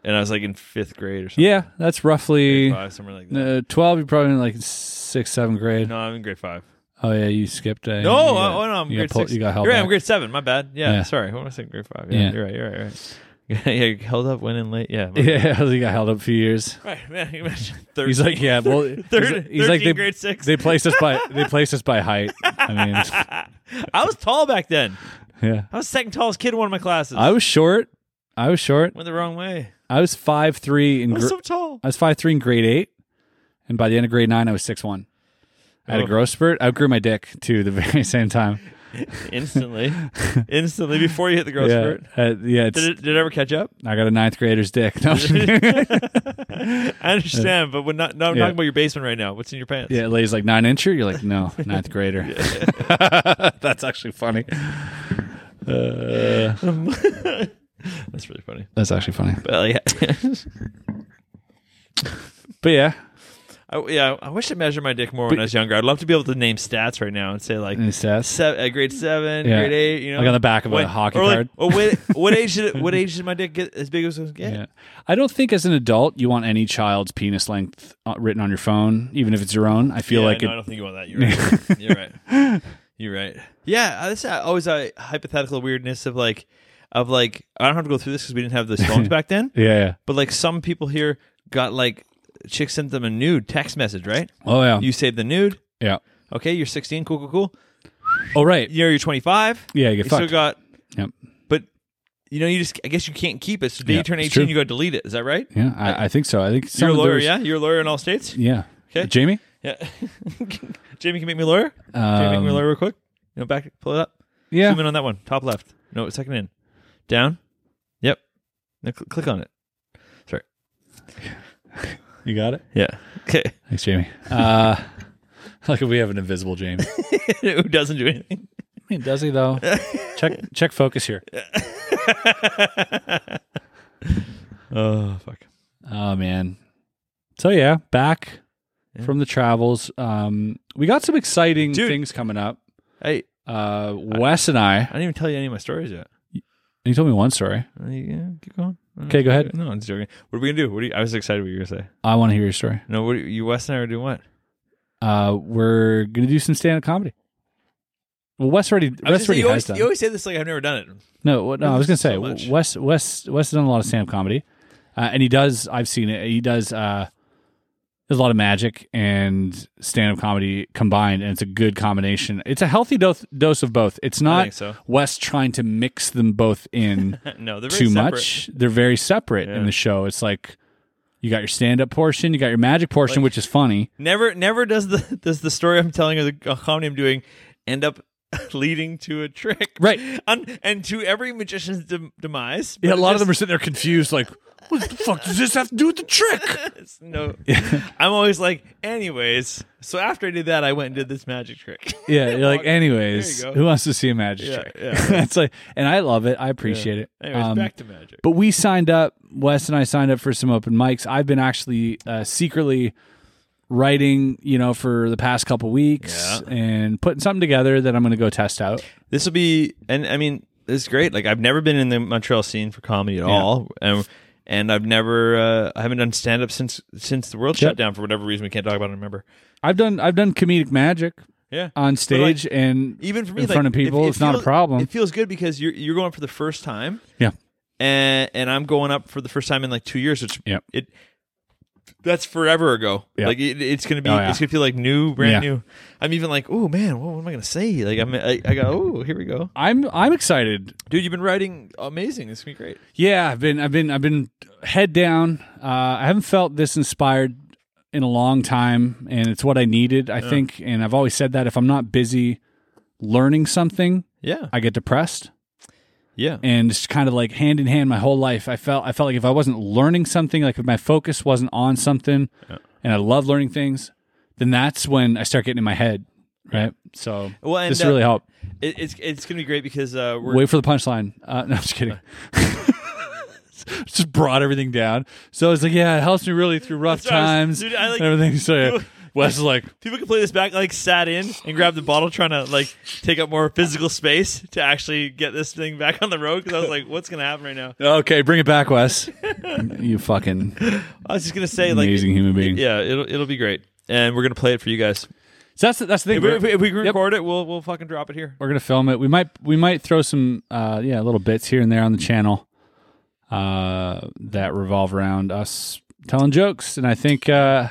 S2: and I was like in fifth grade or something.
S3: Yeah, that's roughly
S2: Five, somewhere like that.
S3: Uh, twelve, you're probably in like sixth, seventh grade.
S2: No, I'm in grade five.
S3: Oh yeah, you skipped
S2: No,
S3: a. you
S2: uh,
S3: got-
S2: oh no, I'm
S3: you
S2: grade
S3: got pulled-
S2: six.
S3: You got held.
S2: You're right,
S3: back.
S2: I'm grade seven. My bad. Yeah,
S3: Yeah.
S2: sorry. What was I saying? Grade five. Yeah,
S3: Yeah.
S2: you're right. You're right. You're right. <laughs> yeah, you held up, went in late.
S3: <laughs>
S2: Yeah. my-
S3: <laughs> Yeah, you got held up a few years.
S2: Right, man. <laughs> You mentioned third.
S3: He's like, yeah, well, he's
S2: <laughs> Third-
S3: like- he's like,
S2: 13
S3: they,
S2: grade six.
S3: they placed us by, they placed us by height. I
S2: <laughs>
S3: mean,
S2: I was tall back then.
S3: yeah,
S2: I was second tallest kid in one of my classes.
S3: I was short. I was short.
S2: went the wrong way.
S3: I was five three in.
S2: I was
S3: Gr-
S2: so tall.
S3: I was five three in grade eight, and by the end of grade nine, I was six one. I had
S2: Oh.
S3: a growth spurt. I outgrew my dick too. The <laughs> very same time.
S2: <laughs>
S3: <laughs>
S2: Instantly, instantly before you hit the growth
S3: yeah,
S2: spurt.
S3: uh, yeah. It's,
S2: Did it, did it ever catch
S3: <laughs>
S2: up? <laughs>
S3: I got a ninth grader's dick. No, I'm kidding. <laughs>
S2: I understand, but we're not. No, I'm
S3: Yeah.
S2: talking about your basement right now. What's in your pants?
S3: Yeah, Lay's like nine incher. You're like, no, ninth grader. <laughs> that's actually funny. Uh,
S2: <laughs> that's really funny.
S3: that's actually funny.
S2: But like,
S3: But yeah,
S2: <laughs> I, yeah, I wish I measured my dick more when
S3: But-
S2: I was younger. I'd love to be able to name stats right now and say like
S3: any stats?
S2: seven, uh, grade seven,
S3: Yeah.
S2: grade eight. You know,
S3: Like on the back of a
S2: When-
S3: hockey
S2: or like,
S3: card.
S2: or what, what
S3: <laughs>
S2: age? Did, what age did my dick get as big as it was? Yeah.
S3: Yeah. I don't think as an adult you want any child's penis length uh, written on your phone, even if it's your own. I feel
S2: Yeah,
S3: like
S2: no,
S3: it,
S2: I don't think you want that. You're
S3: <laughs>
S2: right. You're right. You're right. Yeah, that's always a hypothetical weirdness of like, of like, I don't have to go through this because we didn't have the
S3: <laughs>
S2: phones back then.
S3: yeah, yeah.
S2: But like some people here got like chick sent them a nude text message, right?
S3: Oh yeah,
S2: You save the nude.
S3: yeah.
S2: Okay, you're 16. Cool, cool, cool.
S3: Oh right,
S2: You know, you're 25.
S3: yeah. You
S2: You
S3: get
S2: still
S3: fucked.
S2: got.
S3: Yep.
S2: But you know, you just I guess you can't keep it. So day
S3: Yeah,
S2: you turn
S3: it's
S2: 18,
S3: true.
S2: you got to delete it. Is that right?
S3: yeah, I, I think so. I think some
S2: You're a
S3: of
S2: lawyer,
S3: those-
S2: yeah. You're a lawyer in all states.
S3: yeah. Uh,
S2: Okay.
S3: Jamie.
S2: Yeah. <laughs> Jamie, can you make me a lawyer? Can you make me a
S3: Um,
S2: lawyer real quick? You know, back, pull it up.
S3: yeah.
S2: Zoom in on that one. Top left. No, second in. Down. Yep. Now cl- click on it.
S3: You got it.
S2: Yeah. Okay. <laughs>
S3: Thanks, Jamie. Uh, <laughs> like we have an invisible
S2: <laughs>
S3: Jamie.
S2: Who doesn't do anything?
S3: I mean, does he though? <laughs> check check focus here.
S2: Oh fuck.
S3: Oh man. So yeah, back from the travels. Um, we got some exciting
S2: Dude.
S3: things coming up.
S2: Hey,
S3: Uh, Wes and I.
S2: I didn't even tell you any of my stories yet.
S3: You told me one story.
S2: Uh, Mm, Yeah, keep going.
S3: Okay, go ahead.
S2: No, I'm just joking. What are we gonna do? What do you, I was excited what you were gonna say.
S3: I want to hear your story.
S2: No, what are you, you Wes and I are doing what?
S3: Uh, we're gonna do some stand-up comedy. Well, Wes already.
S2: I was
S3: Wes
S2: just saying,
S3: already
S2: you,
S3: has
S2: always,
S3: done.
S2: you always say this like I've never done it.
S3: No, what- no, I was gonna say
S2: So much.
S3: Wes. Wes. Wes has done a lot of stand-up comedy, uh, and he does. I've seen it. He does. Uh, there's a lot of magic and stand-up comedy combined, and it's a good combination. It's a healthy dose dose of both. It's not
S2: think so.
S3: Wes trying to mix them both in
S2: <laughs> No, they're very
S3: too
S2: separate.
S3: much. They're very separate in
S2: Yeah.
S3: the show. It's like you got your stand-up portion, you got your magic portion, which is funny.
S2: Never, never does the <laughs> does the story I'm telling or the comedy I'm doing end up <laughs> leading to a trick,
S3: Right.
S2: <laughs> Un- and to every magician's dem- demise.
S3: Yeah, a
S2: but
S3: lot
S2: it
S3: of them are sitting there confused, like, what the fuck does this have to do with the trick?
S2: just- <laughs> No, I'm always like, anyways. So after I did that, I went and did this magic trick.
S3: <laughs>
S2: <laughs>
S3: Yeah, you're like, anyways,
S2: There you go.
S3: who wants to see a magic
S2: Yeah,
S3: <laughs> trick?
S2: yeah.
S3: it's like, and I love it. I appreciate it.
S2: anyways,
S3: Um,
S2: back to magic.
S3: but we signed up, Wes and I signed up for some open mics. I've been actually uh, secretly writing, you know, for the past couple weeks and putting something together that I'm going to go test out.
S2: this will be, and I mean, it's great. Like I've never been in the Montreal scene for comedy at all, and and I've never, uh, I haven't done stand up since since the world shut down for whatever reason. We can't talk about it. I remember.
S3: I've done, I've done comedic magic
S2: Yeah,
S3: on
S2: But, like,
S3: stage and
S2: even for me,
S3: in
S2: like,
S3: front of
S2: it-
S3: people,
S2: it
S3: it's not a
S2: feels-
S3: problem.
S2: It feels good because you're you're going for the first time,
S3: yeah.
S2: and and I'm going up for the first time in like two years. Which
S3: Yep.
S2: it that's forever ago.
S3: Yeah.
S2: Like it, it's gonna be,
S3: Oh, yeah.
S2: it's gonna feel like new, brand
S3: Yeah.
S2: new. I'm even like, oh man, what, what am I gonna say? Like I'm, I, I go, oh, here we go,
S3: I'm, I'm excited
S2: dude. You've been writing amazing. This gonna be great.
S3: Yeah, I've been, I've been, I've been head down. Uh, I haven't felt this inspired in a long time, and it's what I needed, I think. And I've always said that if I'm not busy learning something,
S2: Yeah,
S3: I get depressed,
S2: yeah,
S3: and it's kind of like hand in hand. My whole life, I felt, I felt like if I wasn't learning something, like if my focus wasn't on something, and I love learning things, then that's when I start getting in my head, right? So
S2: Well, and,
S3: this
S2: uh,
S3: really helped.
S2: it, it's it's gonna be great because uh, we're
S3: Wait for the punchline. Uh, no, I'm just kidding. <laughs> just brought everything down. So it's like, yeah, it helps me really through rough
S2: That's what I was-
S3: times.
S2: dude, I like-
S3: and everything. So yeah.
S2: You-
S3: Wes is like,
S2: people can play this back like sat in and grabbed the bottle trying to like take up more physical space to actually get this thing back on the road because i was like what's gonna happen right now
S3: okay, bring it
S2: <laughs>
S3: back, Wes. you fucking
S2: i was just gonna say like
S3: amazing human being.
S2: yeah it'll, it'll be great and we're gonna play it for you guys
S3: So that's the, that's the thing.
S2: if we,
S3: We're,
S2: if we, if we can record it we'll we'll fucking drop it here
S3: we're gonna film it. We might we might throw some uh, yeah little bits here and there on the channel uh, that revolve around us telling jokes. And I think uh,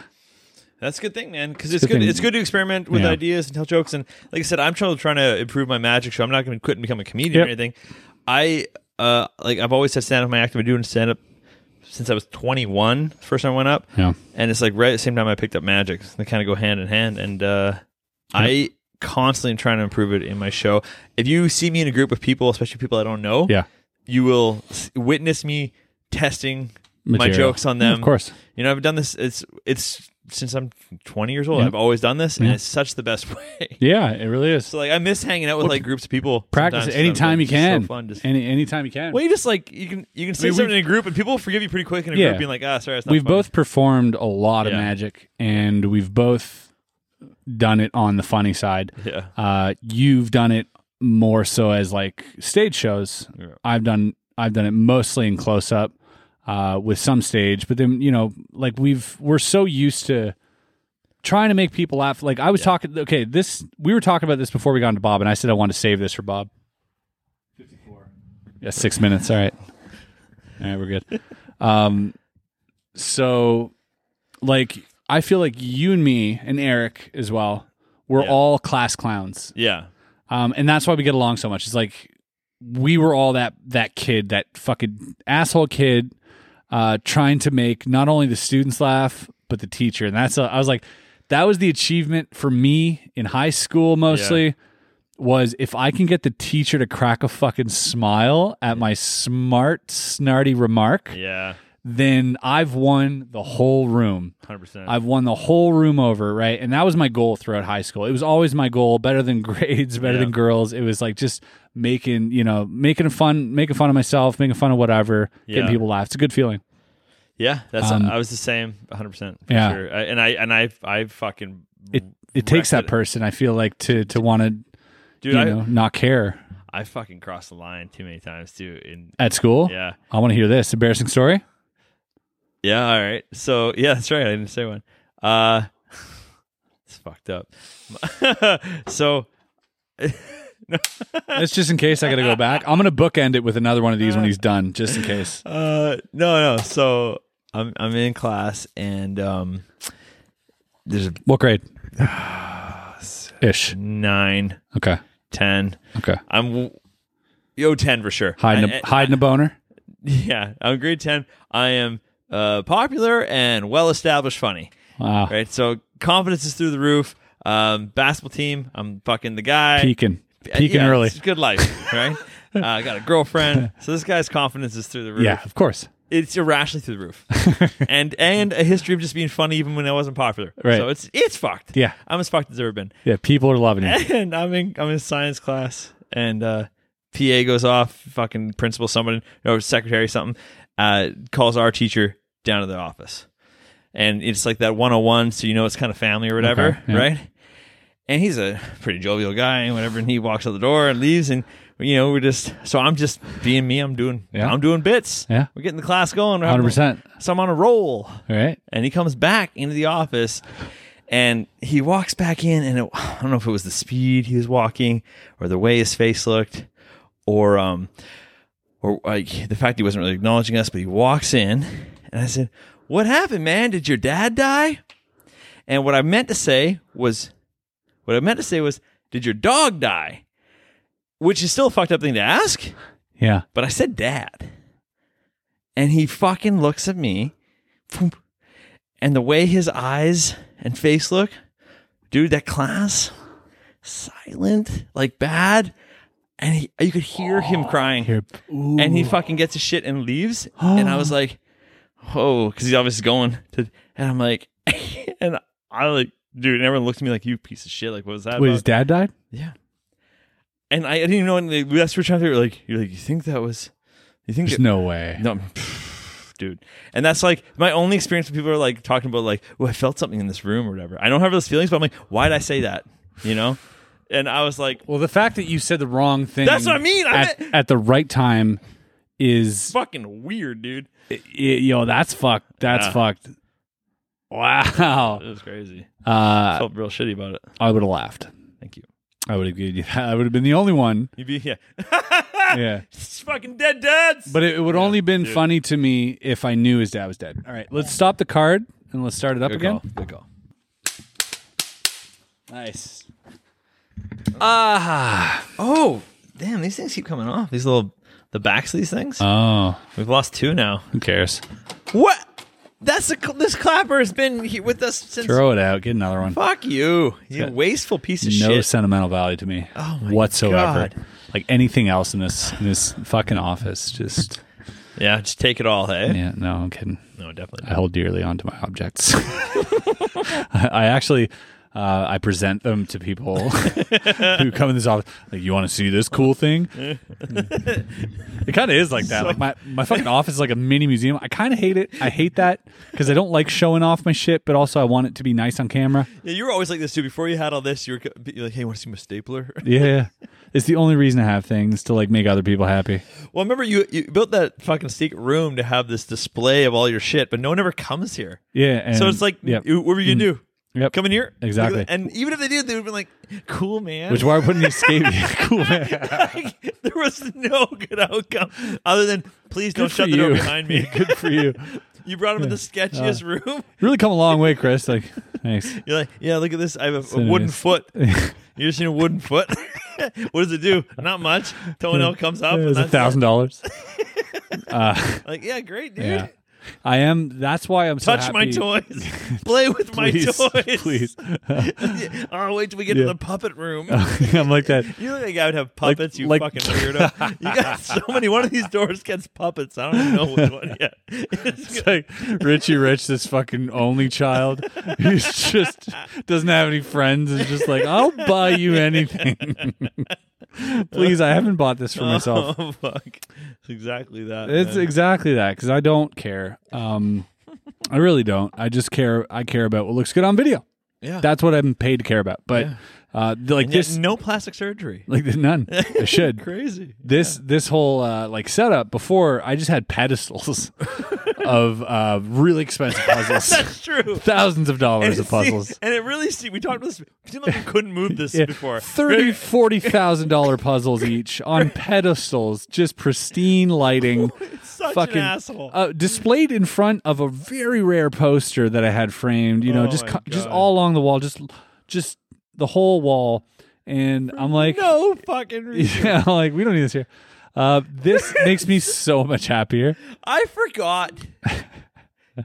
S2: that's a good thing man because it's
S3: Good
S2: good
S3: thing.
S2: it's good to experiment with
S3: Yeah.
S2: ideas and tell jokes and like i said i'm trying to trying to improve my magic show i'm not gonna quit and become a comedian
S3: Yep.
S2: or anything i uh like i've always said stand up my act i've been doing stand up since i was 21 first time i went up
S3: yeah
S2: and it's like right at the same time I picked up magic. They kind of go hand in hand, and uh, I constantly am trying to improve it in my show. If you see me in a group of people, especially people I don't know,
S3: yeah
S2: you will s- witness me testing my
S3: Material.
S2: jokes on them.
S3: Of course.
S2: you know I've done this. It's it's since I'm 20 years old. I've always done this, and it's such the best <laughs> way.
S3: yeah it really is.
S2: So like I miss hanging out with like groups of people.
S3: Practice it
S2: sometimes.
S3: anytime you
S2: It's just so
S3: can.
S2: fun. Just-
S3: Any anytime you can.
S2: well, you just like you can you can say
S3: mean,
S2: something in a group, and people forgive you pretty quick in a
S3: Yeah.
S2: group, being like, ah, sorry, it's not
S3: we've
S2: funny."
S3: both performed a lot of
S2: Yeah.
S3: magic and we've both done it on the funny side
S2: <laughs> yeah.
S3: uh, you've done it more so as like stage shows
S2: Yeah.
S3: i've done i've done it mostly in close up uh, with some stage but then you know like we've we're so used to trying to make people laugh like i was talking okay this we were talking about this before we got into bob and i said i wanted to save this for bob 54 yeah six minutes all right all right we're good <laughs> um so like i feel like you and me and eric as well we're
S2: Yeah.
S3: all class clowns
S2: yeah.
S3: um and that's why we get along so much it's like we were all that that kid that fucking asshole kid uh trying to make not only the students laugh but the teacher and that's a, i was like that was the achievement for me in high school mostly was if i can get the teacher to crack a fucking smile at my smart snarty remark
S2: Yeah.
S3: then I've won the whole room.
S2: 100%.
S3: I've won the whole room over, right? And that was my goal throughout high school. It was always my goal, better than <laughs> grades, better than girls. It was like just making, you know, making fun, making fun of myself, making fun of whatever,
S2: Yeah.
S3: getting people to laugh. It's a good feeling.
S2: Yeah, that's I was the same 100% for
S3: um, Yeah.
S2: sure. I, and I and I I fucking
S3: It it
S2: Wrecked
S3: takes that
S2: it.
S3: person, I feel like, to to want to,
S2: dude,
S3: you
S2: I
S3: know, not care.
S2: I fucking crossed the line too many times too. And
S3: At school?
S2: yeah,
S3: I want to hear this embarrassing story.
S2: yeah, all right. So yeah, that's right. I didn't say one. Uh, <laughs> it's fucked up. <laughs> so
S3: It's just in case I got to go back. I'm going to bookend it with another one of these when he's done, just in case.
S2: Uh, no, no. So I'm I'm in class and um, there's a <sighs>
S3: What grade? Ish.
S2: nine,
S3: Okay.
S2: ten.
S3: Okay.
S2: I'm w- yo ten for sure.
S3: Hiding
S2: I- eh,
S3: a,
S2: I-
S3: hiding a boner.
S2: <laughs> yeah, I'm grade ten. I am uh, popular and well established, funny.
S3: Wow.
S2: Right, so confidence is through the roof. Um, basketball team, I'm fucking the guy.
S3: Peeking.
S2: Uh,
S3: Peeking
S2: yeah,
S3: early.
S2: It's good life,
S3: <laughs>
S2: right? uh, I got a girlfriend, so this guy's confidence is through the roof.
S3: Yeah, of course.
S2: it's irrationally through the roof,
S3: <laughs>
S2: and and a history of just being funny even when I wasn't popular.
S3: Right.
S2: So it's it's fucked.
S3: Yeah.
S2: I'm as fucked as I've ever been.
S3: Yeah, people are <laughs> loving you.
S2: And I'm in I'm in science class, and uh, PA goes off. Fucking principal, someone or secretary, something uh, calls our teacher down to the office, and it's like that 101, so you know it's kind of family or whatever,
S3: Okay, yeah.
S2: right? And he's a pretty jovial guy and whatever, and he walks out the door and leaves, and you know we're just so I'm just being me. I'm doing
S3: Yeah.
S2: I'm doing bits.
S3: Yeah.
S2: we're getting the class going. We're having a-
S3: 100%.
S2: so I'm on a roll.
S3: All right.
S2: And he comes back into the office and he walks back in. And it, I don't know if it was the speed he was walking or the way his face looked or, um, or like the fact he wasn't really acknowledging us, but he walks in and I said, What happened, man? Did your dad die? And what I meant to say was, What I meant to say was, Did your dog die? Which is still a fucked up thing to ask.
S3: Yeah.
S2: But I said dad. And he fucking looks at me. Phoom. And the way his eyes and face look, dude, that class, silent, like bad. And he, you could hear him crying.
S3: Here. Ooh.
S2: And he fucking gets his shit and leaves. and I was like, oh, because he's obviously going to. And I'm like, <laughs> and I like, dude, and everyone looked at me like, you piece of shit. Like, what was that?
S3: Wait,
S2: about?
S3: his dad died?
S2: Yeah. And I, I didn't even know. And they- that's what we're trying to figure. Like you're like you think that was, you think
S3: There's
S2: that-
S3: no way.
S2: no, dude. And that's like my only experience when people are like talking about like, oh, I felt something in this room or whatever. I don't have those feelings, but I'm like, why did I say that? You know? And I was like,
S3: Well, the fact that you said the wrong thing
S2: That's what I mean. I
S3: at, at the right time is
S2: fucking weird, dude.
S3: i- yo, that's fucked. That's
S2: Yeah.
S3: fucked. Wow.
S2: <laughs> It was crazy. I
S3: Uh,
S2: felt real shitty about it.
S3: I would have laughed.
S2: Thank you.
S3: I would have given you that. I would have been the
S2: <laughs>
S3: only one.
S2: You be yeah, Ah!
S3: Yeah.
S2: it's fucking dead dads.
S3: But it, it would only been funny to me if I knew his dad was dead. All right, let's stop the card and let's start it up
S2: good
S3: again.
S2: call. Good call.
S3: Nice. Ah.
S2: Oh, damn! These things keep coming off. These little the backs of these things.
S3: Oh,
S2: We've lost two now.
S3: who cares?
S2: What? That's a, cl- this clapper has been he- with us since.
S3: Throw it out. Get another one.
S2: Fuck you, you
S3: got
S2: wasteful piece of
S3: no
S2: shit.
S3: sentimental value to me
S2: Oh my
S3: whatsoever.
S2: God.
S3: Like anything else in this in this fucking office, just <laughs>
S2: Yeah, just take it all, hey?
S3: yeah. Uh. No, I'm kidding.
S2: No, definitely.
S3: I hold dearly onto my objects. <laughs> I, I actually. Uh, I present them to people <laughs> who come in this office. Like, you want to see this
S2: <laughs>
S3: cool thing? it kind of is like that. Like my, my fucking office is like a mini museum. I kind of hate it. I hate that because I don't like showing off my shit, but also I want it to be nice on camera.
S2: Yeah, you were always like this too. Before you had all this, you were co- you're like, "Hey, want to see my stapler?" <laughs>
S3: Yeah, it's the only reason I have things to like make other people happy.
S2: well, I remember you you built that fucking secret room to have this display of all your shit, but no one ever comes here.
S3: Yeah, and,
S2: so it's like,
S3: yep,
S2: "You- what were you gonna do?
S3: yep.
S2: Come in here? Look at
S3: Exactly.
S2: that." And even if they did, they would have been like, "Cool, man."
S3: Which why wouldn't you escape? <laughs> cool man.
S2: <laughs> like, there was no good outcome other than, "Please don't
S3: Good for
S2: shut the door
S3: you.
S2: behind
S3: <laughs>
S2: me."
S3: Yeah, Good for you.
S2: you brought him in the sketchiest
S3: Uh.
S2: room.
S3: Really come a long way, Chris. Like, thanks.
S2: You're like, yeah, look at this. I have a, a
S3: it
S2: wooden
S3: is. <laughs>
S2: foot. You just seen a wooden foot? <laughs> what does it do? Not much.
S3: <laughs>
S2: Toenail comes up.
S3: It
S2: and
S3: was a
S2: that's it. <laughs>
S3: thousand dollars.
S2: Like, yeah, great, dude.
S3: Yeah, I am. That's why I'm so
S2: Touch my
S3: happy-
S2: toys.
S3: <laughs>
S2: Play with my
S3: Please,
S2: toys.
S3: <laughs>
S2: <laughs>
S3: please.
S2: oh, wait till we get
S3: Yeah.
S2: to the puppet
S3: <laughs>
S2: room.
S3: I'm like that.
S2: You look like I would have puppets, you
S3: like- <laughs>
S2: fucking weirdo. you got so many. One of these doors gets puppets. I don't even know which one yet. <laughs> It's
S3: It's like Richie Rich, this fucking only child who's just doesn't have any friends, is just like, I'll buy you anything. <laughs> Please, I haven't bought this for myself.
S2: <laughs> Oh, fuck. It's exactly that.
S3: It's
S2: man.
S3: exactly that because I don't care. Um, I really don't. I just care. I care about what looks good on video.
S2: Yeah.
S3: That's what I'm paid to care about. But
S2: Yeah.
S3: uh, the- like
S2: And yet
S3: this,
S2: no plastic surgery.
S3: <laughs> like
S2: <laughs>
S3: none. I should.
S2: Crazy.
S3: This this whole uh, like setup before I just
S2: <laughs>
S3: had pedestals of uh, really expensive puzzles,
S2: That's true.
S3: thousands of
S2: And <laughs>
S3: dollars
S2: it
S3: of puzzles.
S2: seemed- and it really seemed, we talked about this, it seemed like we couldn't <laughs> move this
S3: Yeah,
S2: before. <laughs>
S3: thirty, forty thousand dollar puzzles each on pedestals, just
S2: <laughs>
S3: pristine lighting.
S2: Such an
S3: fucking
S2: asshole.
S3: Uh, displayed in front of a very rare poster that I had framed. You know,
S2: Oh
S3: just
S2: my
S3: co- just
S2: God.
S3: all along the wall, just just the whole wall. And I'm like,
S2: no fucking reason.
S3: <laughs> yeah, I'm like we don't need this here. Uh, this makes me so much happier.
S2: I forgot.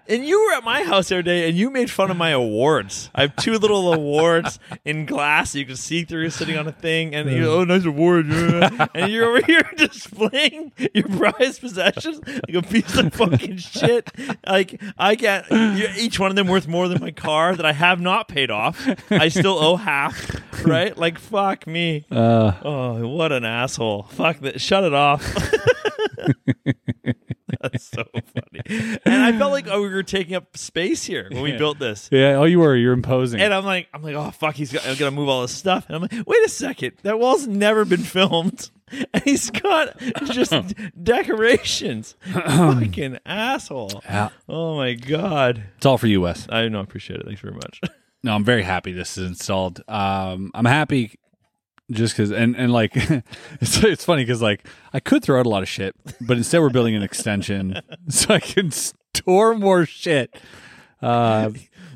S2: And you were at my house the other day, and you made fun of my awards. I have two little awards in glass that you can see through, sitting on a thing, and you oh, nice award, yeah." and you're over here <laughs> displaying your prized possessions like a piece of fucking shit. Like I get you- each one of them worth more than my car that I have not paid off. I still owe half, right? Like fuck me.
S3: Uh,
S2: Oh, what an asshole! Fuck that! Shut it
S3: <laughs>
S2: off. <laughs> That's so funny. And I felt like oh, we were taking up space here when we built this.
S3: yeah, oh, you were you're imposing.
S2: And I'm like, I'm like, oh fuck, he's got, I'm gonna move all this stuff. And I'm like, wait a second, that wall's never been filmed, <laughs> and he's got
S3: <laughs>
S2: just
S3: <clears throat>
S2: decorations. Fucking asshole.
S3: Yeah.
S2: Oh my god,
S3: it's all for you, Wes.
S2: I don't appreciate it. Thanks very much. <laughs>
S3: No, I'm very happy this is installed. Um, I'm happy just because, and and like, <laughs> it's it's funny because like I could throw out a lot of shit, but instead we're building an extension <laughs> so I can store more shit. Uh,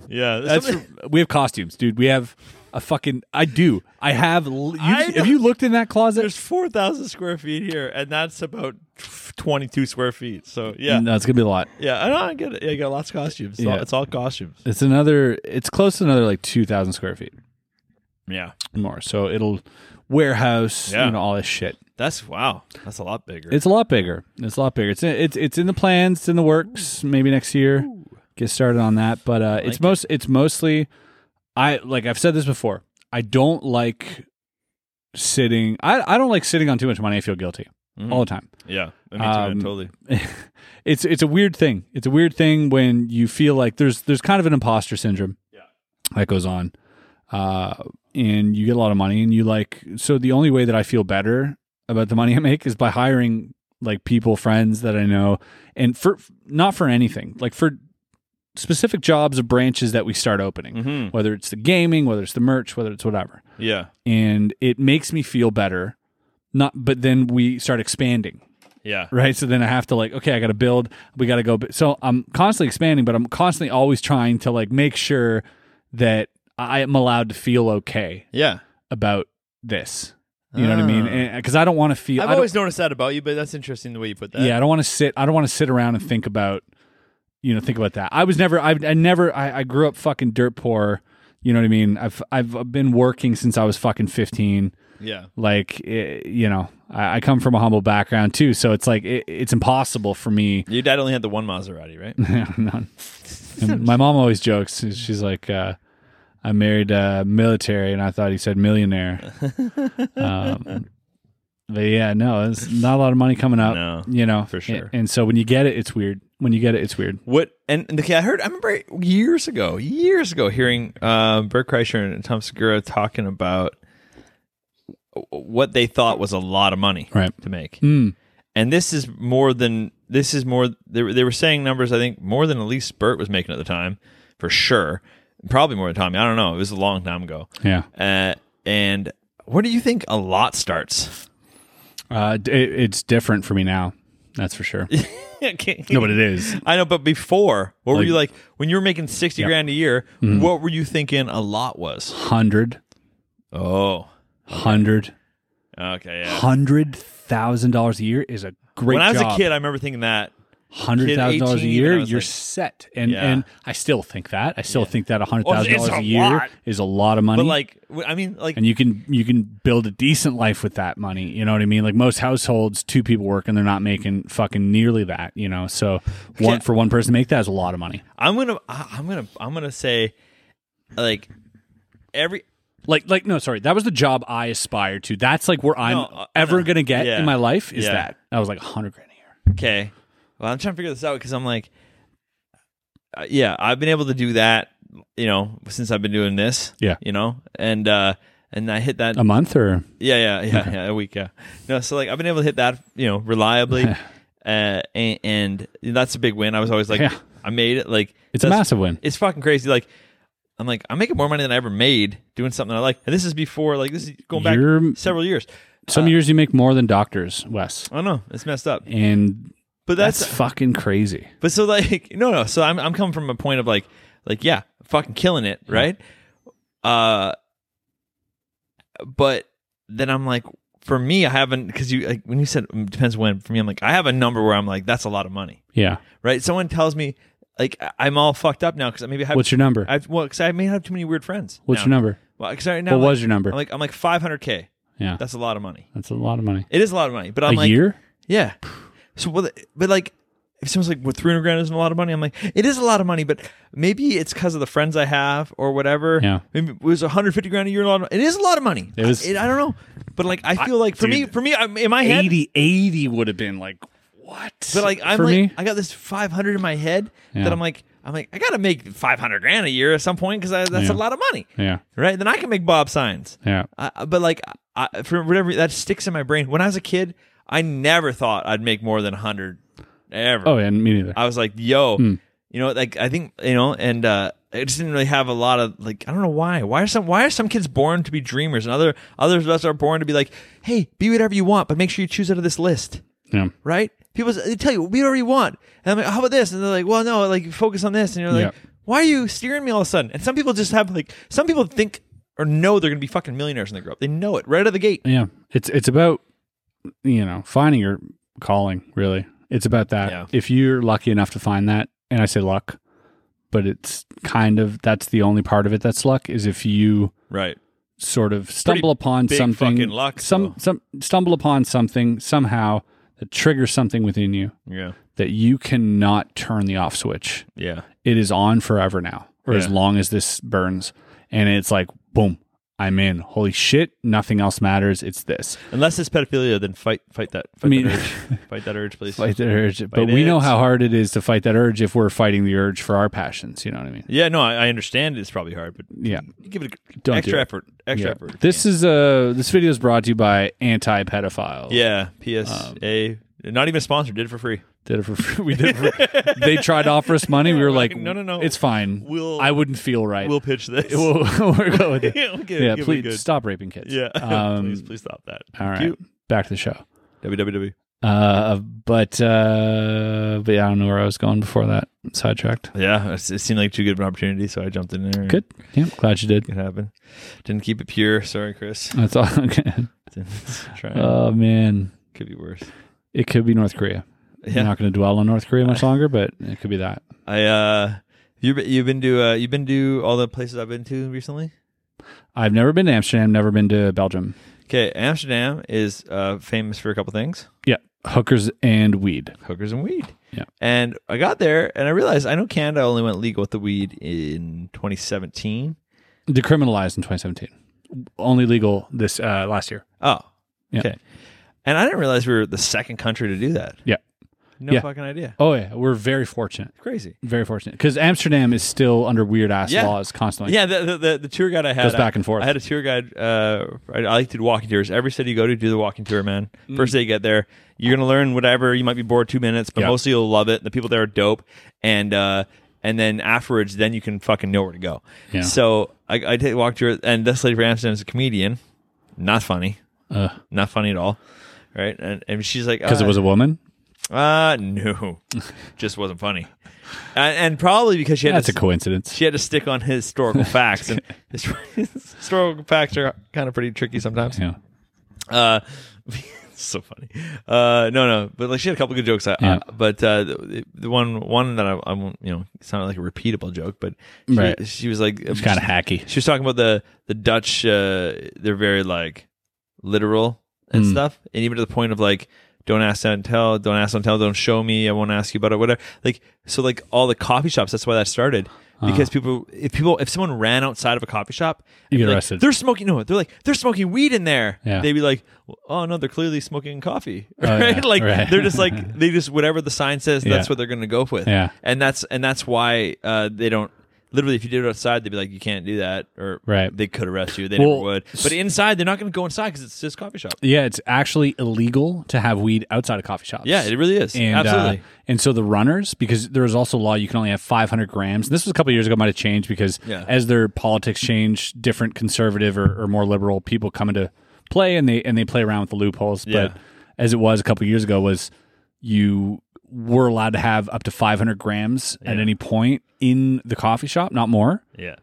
S2: yeah,
S3: that's we have costumes, dude. We have a fucking. I do. I have. l- You,
S2: I
S3: have you looked in that closet?
S2: There's 4,000 square feet here, and that's about 22 square feet. So, yeah.
S3: No, it's gonna be a lot.
S2: Yeah, I know. I get it. Yeah, you got lots of costumes. It's, all,
S3: Yeah.
S2: it's all costumes.
S3: It's another. It's close to another like two thousand square feet
S2: Yeah.
S3: more. So it'll warehouse,
S2: Yeah.
S3: you know, all this shit.
S2: That's wow. That's a lot bigger.
S3: It's a lot bigger. It's a lot bigger. It's it's it's in the plans. It's in the works. Maybe next year, get started on that. But uh, it's
S2: it.
S3: most it's mostly I like I've said this before. I don't like sitting. I I don't like sitting on too much money. I feel guilty
S2: Mm-hmm.
S3: all the time.
S2: yeah. I mean,
S3: um,
S2: totally.
S3: <laughs> it's it's a weird thing. It's a weird thing when you feel like there's there's kind of an imposter syndrome that goes on, uh, and you get a lot of money, and you like so the only way that I feel better about the money <laughs> I make is by hiring like people, friends that I know, and for not for anything, like for specific jobs or branches that we start opening,
S2: Mhm.
S3: whether it's the gaming, whether it's the merch, whether it's whatever
S2: Yeah.
S3: and it makes me feel better not but then we start expanding
S2: Yeah.
S3: right so then i have to like okay i gotta build we gotta go bu- so i'm constantly expanding but i'm constantly always trying to like make sure that i am allowed to feel okay
S2: Yeah.
S3: about this you know what i
S2: Ah.
S3: mean because i don't want to feel
S2: I've
S3: I don't-
S2: always noticed that about you, but that's interesting the way you put that.
S3: yeah, I don't want to sit. I don't want to sit around and think about, you know, think about that. I was never. I, I never. I, I grew up fucking dirt poor. You know what I mean? I've I've been working since I was fucking fifteen.
S2: Yeah.
S3: Like eh, you know, I, I come from a humble background too, so it's like it, it's impossible for me.
S2: Your dad only had the one Maserati,
S3: <laughs>
S2: right?
S3: None. And my mom always jokes. She's like, uh, "I married uh, military, and I thought he said millionaire." um, but yeah, no, it's not a lot of money coming up.
S2: No,
S3: you know,
S2: for sure.
S3: And, so when you get it, it's weird. When you get it, it's weird.
S2: What and and okay, I heard I remember years ago, years ago, hearing uh, Bert Kreischer and Tom Segura talking about what they thought was a lot of money
S3: Right.
S2: to make,
S3: Mm.
S2: and this is more than this is more. They were, they were saying numbers I think more than at least Bert was making at the time, for sure, probably more than Tommy. I don't know. It was a long time ago.
S3: Yeah,
S2: Uh, and what do you think a lot starts? <laughs>
S3: uh, d- it, it's different for me now. That's
S2: <laughs>
S3: for sure.
S2: Okay.
S3: no, but it is.
S2: I know, but before, what were
S3: Like- Mm-hmm.
S2: you like when you were making sixty grand a year? What were you thinking a lot was?
S3: Hundred,
S2: Oh,
S3: hundred,
S2: okay. Yeah.
S3: hundred thousand dollars a year is a great.
S2: When I was
S3: job.
S2: a kid, I remember thinking that.
S3: hundred thousand dollars a
S2: 18,
S3: year,
S2: and I was
S3: you're
S2: like-
S3: set. And
S2: Yeah.
S3: and I still think that. I still think that hundred
S2: Oh, it's-
S3: thousand dollars
S2: it's
S3: a
S2: a
S3: year
S2: lot.
S3: is a lot of money.
S2: But like, w- I mean, like,
S3: and you can you can build a decent life with that money. You know what I mean? Like most households, two people work and they're not making fucking nearly that. You know, so one for one person to make that is a lot of money.
S2: I'm gonna, I- I'm gonna, I'm gonna say, like, every
S3: Like like no, sorry, that was the job I aspired to. That's like where I'm
S2: No, uh,
S3: ever gonna get
S2: Yeah.
S3: in my life is
S2: Yeah.
S3: that. I was like hundred grand a year.
S2: okay. Well, I'm trying to figure this out because I'm like, uh, yeah, I've been able to do that you know, since I've been doing this.
S3: Yeah. Um,
S2: You know, and uh, and I hit that.
S3: A month or
S2: yeah, yeah, yeah, yeah, a week. Yeah. No, so like I've been able to hit that, you know,
S3: <laughs>
S2: reliably, uh, and, and that's a big win. I was always like,
S3: Yeah.
S2: I made it. Like
S3: it's a
S2: that's-
S3: massive win.
S2: It's fucking crazy. Like. I'm like I'm making more money than I ever made doing something I like, and this is before like this is going back
S3: You're-
S2: several years. Uh,
S3: Some years you make more than doctors, Wes,
S2: I don't know, it's messed up,
S3: and
S2: but
S3: that's,
S2: that's
S3: fucking crazy.
S2: But so like <laughs> no no so I'm I'm coming from a point of like like yeah fucking killing it right, uh, but then I'm like for me I haven't because you like when you said mm, depends when for me I'm like I have a number where I'm like that's a lot of money
S3: Yeah.
S2: right someone tells me like I- I'm all fucked up now because maybe I have
S3: What's your number?
S2: I've well because I may have too many weird friends
S3: What's
S2: now.
S3: your number?
S2: well, 'cause right now
S3: What
S2: like,
S3: was your number?
S2: I'm like I'm like 500k
S3: yeah. That's,
S2: that's a lot of money
S3: a lot of money.
S2: it is a lot of money but
S3: A
S2: I'm like
S3: year?
S2: yeah. So, well, but like, if someone's like, "Well, three hundred grand isn't a lot of money," I'm like, "It is a lot of money, but maybe it's because of the friends I have or whatever."
S3: Yeah.
S2: Maybe it was one hundred fifty grand a year. A lot. Of, it is a lot of money.
S3: It was-
S2: I, I don't know, but like, I feel like for me,
S3: dude,
S2: for me, I'm, in my head,
S3: 80, 80 would have been like, what?
S2: but like, I'm
S3: For
S2: like,
S3: me?
S2: I got this five hundred in my head
S3: Yeah.
S2: that I'm like, I'm like, I gotta make five hundred grand a year at some point because that's
S3: Yeah.
S2: a lot of money,
S3: yeah.
S2: right? Then I can make Bob signs.
S3: Yeah.
S2: I, I- but like, I, I- for whatever that sticks in my brain. When I was a kid, I never thought I'd make more than hundred ever.
S3: Oh, and me neither.
S2: I was like, yo, you know, like I think you know, and uh, I just didn't really have a lot of like I don't know why. Why are some why are some kids born to be dreamers and other others of us are born to be like, hey, be whatever you want, but make sure you choose out of this list,
S3: yeah.
S2: right? People s- they tell you be whatever you want, and I'm like, how about this? And they're like, well, no, like focus on this, and you're like,
S3: Yeah.
S2: why are you steering me all of a sudden? And some people just have like some people think or know they're gonna be fucking millionaires when they grow up. They know it right out of the gate.
S3: Yeah. It's it's about you know, finding your calling, really. It's about that.
S2: Yeah.
S3: If you're lucky enough to find that, and I say luck, but it's kind of that's the only part of it that's luck is if you
S2: Right.
S3: sort of stumble upon
S2: big
S3: something
S2: fucking luck,
S3: some
S2: though.
S3: some stumble upon something somehow that triggers something within you
S2: Yeah.
S3: that you cannot turn the off switch.
S2: Yeah.
S3: It is on forever now, or as
S2: Yeah.
S3: long as this burns. And it's like, boom, I'm in. Holy shit, nothing else matters. It's this.
S2: Unless it's pedophilia, then fight fight that fight
S3: mean-
S2: that
S3: <laughs>
S2: urge. fight that urge, please.
S3: Fight that urge. But we
S2: it.
S3: know how hard it is to fight that urge if we're fighting the urge for our passions. You know what I mean?
S2: Yeah, no, I, I understand it's probably hard, but
S3: Yeah.
S2: give it a,
S3: Don't
S2: extra
S3: do it.
S2: effort. Extra
S3: Yeah.
S2: effort.
S3: This is uh this video is brought to you by anti pedophile.
S2: yeah, PSA,
S3: Um,
S2: not even sponsored. Did it for free.
S3: Did it for free. <laughs> We did it for, they tried to offer us money. We were like,
S2: No, no, no.
S3: It's fine.
S2: We'll-
S3: I wouldn't feel right.
S2: <laughs> We'll pitch this.
S3: <laughs> we'll, we're going with
S2: <laughs>
S3: it.
S2: yeah, we'll give,
S3: yeah,
S2: give
S3: please
S2: It a good,
S3: stop raping kids.
S2: Yeah, <laughs>
S3: Um,
S2: please, please stop that.
S3: All right.
S2: Cute.
S3: Back to the show.
S2: www.
S3: Uh, but uh, but yeah, I don't know where I was going before that. Sidetracked.
S2: Yeah, it's- it seemed like too good of an opportunity, so I jumped in there. and
S3: Good. Yeah, glad you did.
S2: It happened. Didn't keep it pure. Sorry, Chris. <laughs>
S3: That's all. <laughs> Okay.
S2: Didn't try.
S3: Oh man,
S2: Could be worse.
S3: it could be North Korea.
S2: Yeah.
S3: I'm not going to dwell on North
S2: <laughs>
S3: Korea much longer, but it could be that.
S2: I uh, you you've been to uh, you've been to all the places I've been to recently.
S3: I've never been to Amsterdam. Never been to Belgium.
S2: Okay, Amsterdam is uh, famous for a couple things.
S3: Yeah, hookers and weed.
S2: hookers and weed.
S3: Yeah.
S2: And I got there and I realized I know Canada only went legal with the weed in 2017.
S3: Decriminalized in 2017. Only legal this uh, last year.
S2: Oh.
S3: Yeah.
S2: Okay. And I didn't realize we were the second country to do that.
S3: Yeah.
S2: No
S3: Yeah.
S2: fucking idea.
S3: Oh yeah, we're very fortunate.
S2: Crazy.
S3: Very fortunate because Amsterdam is still under weird ass
S2: Yeah.
S3: laws constantly.
S2: Yeah, the, the the the tour guide I had
S3: Goes back and forth.
S2: I had a tour guide. Uh, I, I like to do walking tours. Every city you go to, do the walking tour, man. First day you get there, you're gonna learn whatever. You might be bored two minutes, but
S3: Yeah.
S2: mostly you'll love it. The people there are dope, and uh, and then afterwards, then you can fucking know where to go.
S3: Yeah.
S2: So I, I did walk tour, and this lady from Amsterdam is a comedian. Not funny,
S3: Uh,
S2: not funny at all. Right, and, and she's like,
S3: because
S2: uh,
S3: it was a woman.
S2: uh
S3: <laughs>
S2: no, just wasn't funny, and, and probably because she had
S3: That's a
S2: this-
S3: coincidence.
S2: she had to stick on
S3: <laughs>
S2: historical facts, and his- <laughs> historical facts are kind of pretty tricky sometimes.
S3: Yeah.
S2: Uh, <laughs> so funny. Uh, no, no, but like she had a couple good jokes. I,
S3: Yeah.
S2: I- but uh, the, the one one that I, I won't, you know, it's not like a repeatable joke, but she,
S3: Right.
S2: she was like,
S3: It's kind of hacky.
S2: she was talking about the the Dutch. Uh, they're very like literal and
S3: Hmm.
S2: stuff, and even to the point of like, don't ask, don't tell, don't ask, don't tell, don't show me, I won't ask you about it, whatever. Like so, like all the coffee shops. That's why that started
S3: Uh-huh.
S2: because people, if people, if someone ran outside of a coffee shop,
S3: You get
S2: like,
S3: arrested.
S2: They're smoking. No, they're like they're smoking weed in there.
S3: Yeah.
S2: They'd be like, oh no, they're clearly smoking coffee. <laughs>
S3: Oh,
S2: right?
S3: yeah,
S2: Like
S3: right.
S2: they're just
S3: <laughs>
S2: like they just whatever the sign says,
S3: Yeah.
S2: that's what they're going to go with
S3: Yeah.
S2: and that's and that's why uh, they don't literally, if you did it outside, they'd be like, you can't do that, or
S3: Right.
S2: they could arrest you. They
S3: Well,
S2: never would. But inside, they're not going to go inside because it's just a coffee shop.
S3: Yeah, it's actually illegal to have weed outside of coffee shops.
S2: Yeah, it really is.
S3: and uh,
S2: Absolutely.
S3: and so the runners, because there was also a law you can only have 500 grams. This was a couple years ago, might have changed because
S2: Yeah.
S3: as their politics change, different conservative or, or more liberal people come into play, and they and they play around with the loopholes.
S2: Yeah.
S3: But as it was a couple years ago, was you were allowed to have up to 500 grams at any point in the coffee shop, not more.
S2: yeah.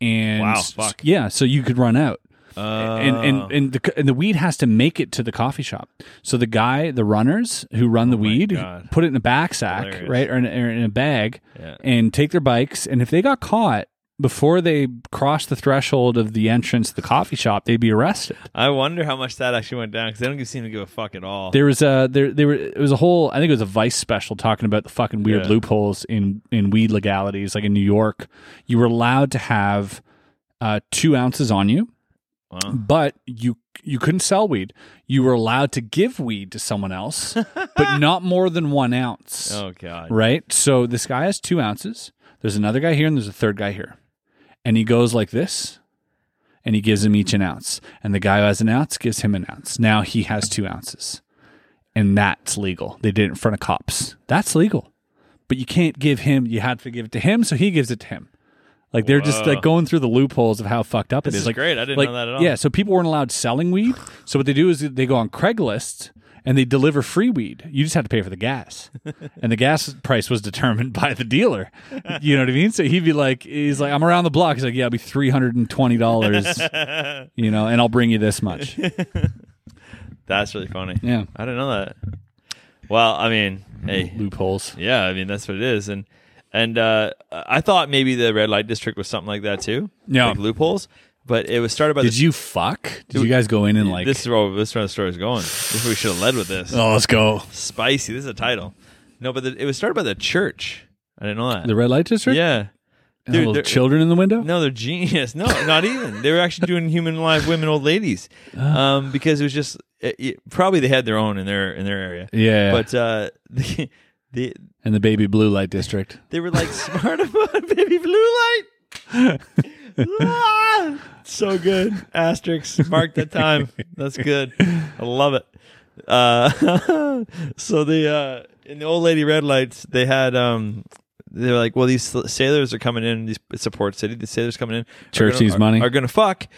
S3: And
S2: Wow,
S3: s-
S2: fuck.
S3: yeah, so you could run out
S2: Uh,
S3: and and and the, and the weed has to make it to the coffee shop. So the guy, the runners who run the weed, who
S2: Oh God.
S3: put it in a back sack,
S2: Hilarious.
S3: right, or in, or in a bag,
S2: Yeah.
S3: and take their bikes. And if they got caught before they crossed the threshold of the entrance to the coffee shop, they'd be arrested.
S2: I wonder how much that actually went down because they don't seem to give a fuck at all.
S3: There was a there there were it was a whole I think it was a Vice special talking about the fucking weird
S2: Yeah.
S3: loopholes in in weed legalities. Like in New York, you were allowed to have uh, two ounces on you.
S2: Wow.
S3: but you you couldn't sell weed. You were allowed to give weed to someone else, but not more than one ounce.
S2: Oh god.
S3: Right? So this guy has two ounces. There's another guy here and there's a third guy here. And he goes like this and he gives him each an ounce. And the guy who has an ounce gives him an ounce. Now he has two ounces. And that's legal. They did it in front of cops. That's legal. But you can't give him, you had to give it to him, so he gives it to him. Like they're just like going through the loopholes of how fucked up it is.
S2: is
S3: Like
S2: great. I didn't
S3: like,
S2: know that at all.
S3: Yeah, so people weren't allowed selling weed. So what they do is they go on Craigslist and they deliver free weed. You just have to pay for
S2: <laughs>
S3: the gas, and the gas price was determined by the dealer. You know what I mean? So he'd be like, he's like, I'm around the block. He's like, yeah, it'll be three hundred and twenty dollars. You know, and I'll bring you
S2: <laughs>
S3: this much.
S2: That's really funny.
S3: Yeah.
S2: I didn't know that. Well, I mean, hey,
S3: Loopholes.
S2: yeah, I mean that's what it is, and and uh, I thought maybe the red light district was something like that too.
S3: Yeah.
S2: like loopholes. But it was started by
S3: Did
S2: the.
S3: you fuck? Did you guys go in and like?
S2: this is where this is where the story's going. This is where we should have led with this.
S3: oh, let's go.
S2: Spicy. This is a title. No, but the, it was started by the church. I didn't know that.
S3: The red light district.
S2: yeah.
S3: And the little
S2: they're-
S3: children in the window.
S2: No, they're genius. No, not even. They were actually doing human live women, old
S3: <sighs>
S2: ladies,
S3: Ah.
S2: um, because it was just it, it- probably they had their own in their in their area.
S3: Yeah.
S2: but uh, <laughs> they, they
S3: And the baby blue light district.
S2: they were like <laughs> smart about baby blue light. Ah! so good. Asterix mark that time. That's good. I love it. Uh, <laughs> so the uh, in the old lady red lights, they had um, they were like, well, these sailors are coming in. These it's a port city. The sailors coming in. are
S3: Church
S2: gonna-
S3: needs
S2: are-
S3: money.
S2: Are going to fuck,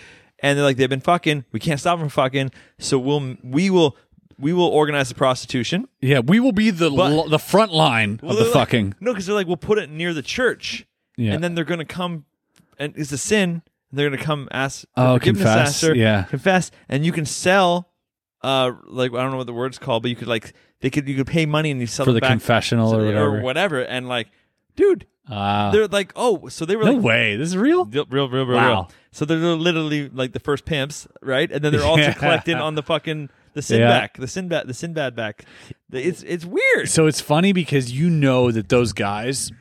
S2: and they're like, they've been fucking. We can't stop them from fucking. So we'll we will we will organize the prostitution.
S3: Yeah, we will be the
S2: But-
S3: lo- the front line
S2: Well,
S3: of the
S2: they're like-
S3: fucking.
S2: no, because they're like, we'll put it near the church,
S3: Yeah.
S2: and then they're gonna come, and it's a sin. And they're gonna come ask, for
S3: Oh,
S2: forgiveness
S3: confess,
S2: Ask her,
S3: yeah.
S2: confess, and you can sell, uh, like I don't know what the word's called, but you could like they could you could pay money and you sell
S3: For
S2: it
S3: the
S2: back-
S3: confessional or whatever.
S2: or whatever, and like, dude,
S3: Ah.
S2: they're like, oh, so they were
S3: no
S2: like.
S3: way. This is real.
S2: Real, real, real, real,
S3: Wow.
S2: real. So they're literally like the first pimps, right? And then they're also
S3: <laughs> Yeah.
S2: collecting on the fucking the
S3: Yeah.
S2: Sinbad, the Sinbad, the Sinbad back. It's it's weird.
S3: So it's funny because you know that those guys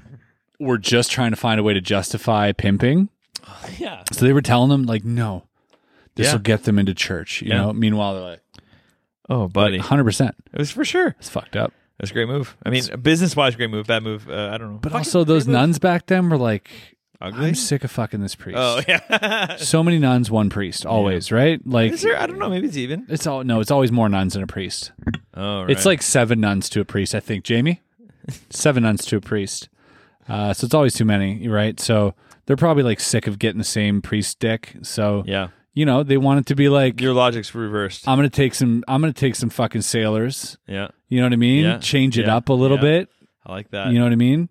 S3: were just trying to find a way to justify pimping.
S2: <laughs> Yeah,
S3: So they were telling them like, no, this
S2: Yeah.
S3: will get them into church. You
S2: Yeah.
S3: know. Meanwhile, they're like,
S2: Oh, buddy,
S3: hundred percent.
S2: it was for sure.
S3: It's fucked up.
S2: That's a great move. I mean, business wise, great move. Bad move. Uh, I don't know.
S3: But also, those nuns back then were like,
S2: ugly.
S3: I'm sick of fucking this priest.
S2: oh yeah. <laughs>
S3: So many nuns, one priest, always, right? Like,
S2: Is there? I don't know. Maybe it's even.
S3: it's all no, it's always more nuns than a priest.
S2: Oh, right.
S3: It's like seven nuns to a priest, I think. Jamie, seven nuns to a priest. Uh, so it's always too many, right? So they're probably like sick of getting the same priest dick. So
S2: yeah.
S3: you know they want it to be like
S2: Your logic's reversed.
S3: I'm gonna take some, I'm gonna take some fucking sailors.
S2: yeah,
S3: You know what I mean?
S2: Yeah.
S3: Change it
S2: Yeah.
S3: up a little
S2: Yeah.
S3: bit.
S2: I like that.
S3: You know what I mean?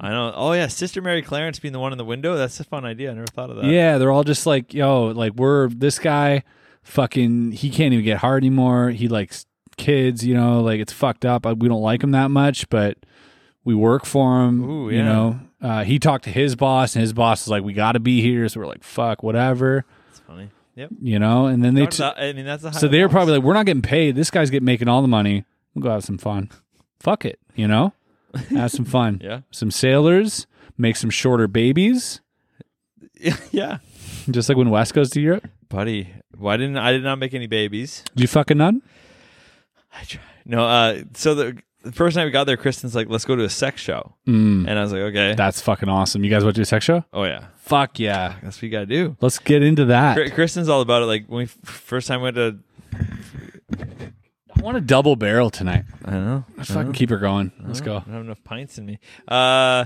S2: I know. Oh yeah, Sister Mary Clarence being the one in the window. That's a fun idea. I never thought of that.
S3: yeah, they're all just like, yo, like we're this guy, fucking, he can't even get hard anymore. He likes kids, you know, like it's fucked up. Uh, We don't like him that much, but we work for him.
S2: Ooh,
S3: You
S2: yeah.
S3: know, uh, he talked to his boss, and his boss is like, we got to be here. So we're like, fuck, whatever,
S2: That's funny. Yep.
S3: you know. And then they,
S2: That's
S3: t-
S2: a- I mean, that's a
S3: so they were probably like, we're not getting paid. This guy's getting making all the money. We'll go have some fun. Fuck it, you know, have some fun.
S2: <laughs> Yeah.
S3: some sailors, make some shorter babies,
S2: like, yeah,
S3: just like when West goes to Europe.
S2: buddy. Why didn't I did not make any babies?
S3: Did you fucking none?
S2: I tried. No, uh, so the the first night we got there, Kristen's like, "Let's go to a sex show,"
S3: Mm.
S2: and I was like, "Okay,
S3: That's fucking awesome. You guys went to a sex show?
S2: oh yeah,
S3: Fuck yeah.
S2: that's what you gotta do."
S3: Let's get into that.
S2: Kri- Kristen's all about it. Like when we f- first time went to,
S3: I want a double barrel tonight.
S2: I don't know,
S3: Let's fucking keep her going. Let's go.
S2: I don't have enough pints in me. Uh,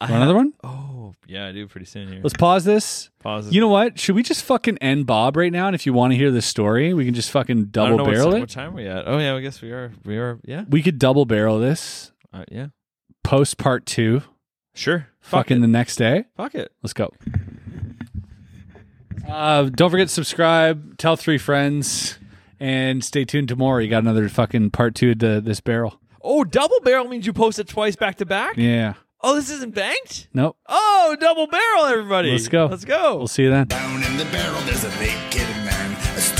S2: I
S3: Want another one?
S2: oh yeah, I do pretty soon here.
S3: Let's pause this.
S2: Pause it.
S3: You know what? Should we just fucking end Bob right now? And if you want to hear this story, we can just fucking
S2: I don't
S3: double
S2: know what
S3: barrel
S2: time,
S3: it.
S2: what time are we at? Oh yeah, I guess we are. We are. Yeah,
S3: We could double barrel this
S2: uh, yeah.
S3: post part two,
S2: Sure. Fuck
S3: fucking
S2: it.
S3: the next day.
S2: Fuck it.
S3: Let's go. Uh, don't forget to subscribe, tell three friends, and stay tuned tomorrow. You got another fucking part two to this barrel.
S2: Oh, double barrel means you post it twice back to back.
S3: Yeah.
S2: Oh, this isn't banked.
S3: Nope.
S2: Oh, double barrel, everybody.
S3: Let's go.
S2: Let's go.
S3: We'll see you then.
S1: Down in the barrel, there's a naked man.